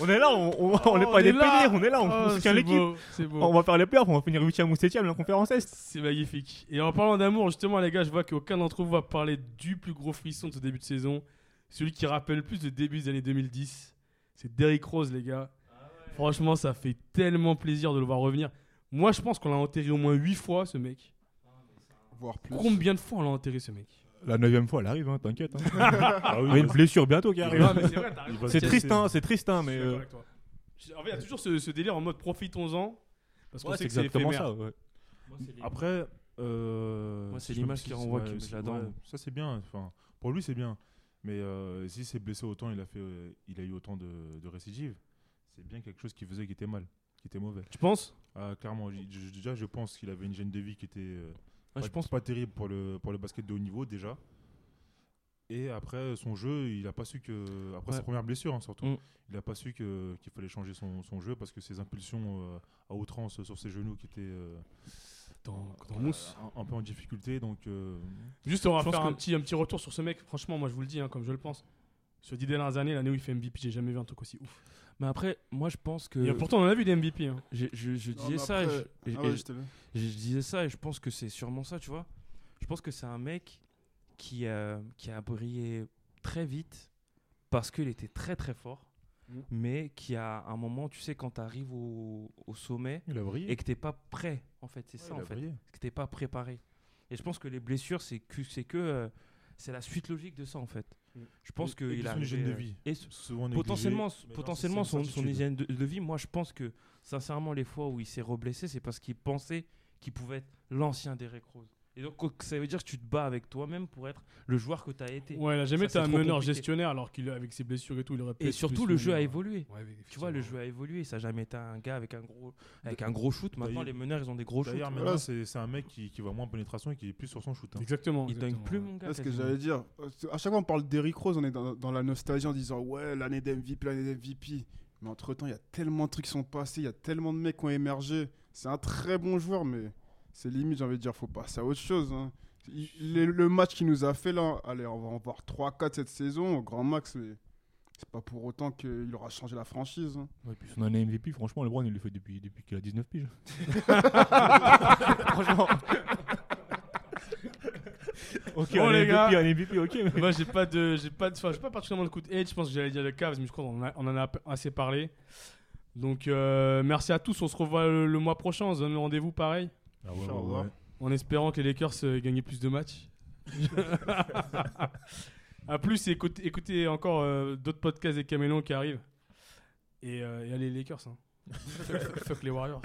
F: on est là, on, on, Ah, on est
C: On
F: pas
C: est
F: des
C: là.
F: pépés, on est là, Ah, on,
C: Oh,
F: on soutient
C: c'est
F: l'équipe.
C: beau, C'est beau.
F: On va faire les playoffs, on va finir 8ème ou 7ème la conférence Est.
C: C'est magnifique. Et en parlant d'amour, justement, les gars, je vois qu'aucun d'entre vous va parler du plus gros frisson de ce début de saison. Celui qui rappelle le plus le début des années 2010. C'est Derrick Rose, les gars. Franchement, ça fait tellement plaisir de le voir revenir. Moi, je pense qu'on l'a enterré au moins 8 fois, ce mec.
D: Voire plus.
C: Combien de fois on l'a enterré, ce mec
F: La 9ème fois, elle arrive, hein, t'inquiète. hein. [laughs]
E: Ah oui,
F: Il y a une blessure bientôt qui arrive.
C: Non, mais c'est vrai, t'as raison.
E: il va-
F: C'est
E: il va-
F: triste, hein, c'est triste, hein,
C: Je
F: mais.
C: suis d'accord
F: euh,
C: avec toi. Je- En fait, il y a toujours ce, ce délire en mode profitons-en. Parce qu'on
F: ouais,
C: sait que c'est éphémère. Ah,
F: ouais.
E: Après, euh,
G: Moi,
E: je
G: c'est
E: sais
G: l'image
E: pas si-
G: qui renvoie qui me-
E: c'est-
G: je l'adore.
E: ça, c'est bien. Enfin, pour lui, c'est bien. Mais euh, si c'est blessé autant, il a fait, euh, il a eu autant de, de récidives. C'est bien quelque chose qui faisait qui était mal, qui était mauvais.
C: Tu penses
E: Ah, clairement, j- j- déjà, je pense qu'il avait une gêne de vie qui était, euh,
G: Ah,
E: pas,
G: je pense
E: pas terrible pour le pour le basket de haut niveau déjà. Et après son jeu, il a pas su que après sa
G: Ouais.
E: première blessure hein, surtout,
G: Mm.
E: il a pas su que qu'il fallait changer son, son jeu parce que ses impulsions euh, à outrance sur ses genoux qui étaient euh,
C: Dans, dans Mousse.
E: un, un peu en difficulté. Donc euh,
C: Juste, on va
G: Je pense
C: faire un,
G: que-
C: petit, un petit retour sur ce mec. Franchement, moi, je vous le dis, hein, comme je le pense. Sur 10 dernières années, l'année où il fait MVP, j'ai jamais vu un truc aussi ouf.
G: Mais après, moi je pense que.
C: Et pourtant, on en a vu des MVP. hein.
G: je, je- je
D: Non,
G: disais
D: mais
G: ça, et
D: après-
G: je, et-
D: Ah
G: et
D: ouais,
G: je-
D: je t'ai vu.
G: je disais ça et je pense que c'est sûrement ça, tu vois. Je pense que c'est un mec qui, euh, qui a brillé très vite parce qu'il était très très fort,
E: Mmh.
C: Mm.
G: mais qui a un moment, tu sais, quand tu arrives au, au sommet
E: il a brillé.
G: et que t'es pas prêt, en fait, c'est
E: Ouais,
G: ça
E: il
G: en
E: a
G: fait,
E: brillé.
G: que t'es pas préparé. Et je pense que les blessures, c'est que c'est que euh, c'est la suite logique de ça en fait. Je pense
E: Mmh. Et-
G: que
E: et
G: il
E: puis
G: a
E: son hygiène de vie.
G: Et, ce-
E: Souvent négligé,
G: potentiellement,
E: mais non,
G: potentiellement
E: c'est une
G: son, son
E: certitude.
G: hygiène de, de vie, moi je pense que sincèrement les fois où il s'est reblessé, c'est parce qu'il pensait qu'il pouvait être l'ancien Derrick Rose. Et donc, co- ça veut dire que tu te bats avec toi-même pour être le joueur que tu as été.
C: Ouais, là, jamais
G: Ça,
C: t'as
G: c'est
C: un
G: trop
C: meneur
G: compliqué.
C: gestionnaire alors qu'il avec ses blessures et tout, il aurait pu.
G: Et
C: être
G: surtout,
C: plus
G: le jeu a
C: meneur.
G: évolué.
C: Ouais, oui,
G: Tu vois, le jeu a évolué. Ça n'a jamais été un gars avec un gros, avec un gros shoot. Maintenant,
E: D'ailleurs-
G: les meneurs, ils ont des gros shoots.
E: D'ailleurs,
G: maintenant.
E: maintenant, c'est c'est un mec qui, qui va moins en pénétration et qui est plus sur son shoot. hein.
C: Exactement.
G: Ils donnent
C: exactement, [laughs]
G: plus,
C: ouais.
G: mon gars.
D: C'est ce que
G: quasiment.
D: j'allais dire. Euh, À chaque fois, on parle d'Eric Rose, on est dans, dans la nostalgie en disant Ouais, l'année d'MVP, l'année d'MVP. Mais entre temps, il y a tellement de trucs qui sont passés, il y a tellement de mecs qui ont émergé. C'est un très bon joueur, mais c'est limite, j'ai envie de dire, faut passer à autre chose. hein. Il- le, le match qu'il nous a fait là, allez, on va en voir 3-4 cette saison, au grand max, mais c'est pas pour autant qu'il aura changé la franchise. hein.
F: Ouais, puis son année MVP, franchement, LeBron, il le fait depuis, depuis qu'il a 19
C: [laughs]
F: piges. franchement. ok,
C: Bon,
F: un
C: les
F: MVP,
C: gars.
F: un MVP, ok. Mais...
C: Moi, j'ai pas de, j'ai pas de, enfin, j'ai pas particulièrement le coup de hate. Je pense que j'allais dire le Cavs, mais je crois qu'on en a- on en a assez parlé. Donc, euh, merci à tous. On se revoit le, le mois prochain. On se donne rendez-vous pareil,
E: Ah ouais, ouais,
D: Inch'Allah.
E: ouais.
C: en espérant que les Lakers euh, gagnent plus de matchs. à plus, et écoutez, écoutez encore euh, d'autres podcasts des Camélons qui arrivent. Et, euh, et allez les Lakers. hein. Fuck les Warriors.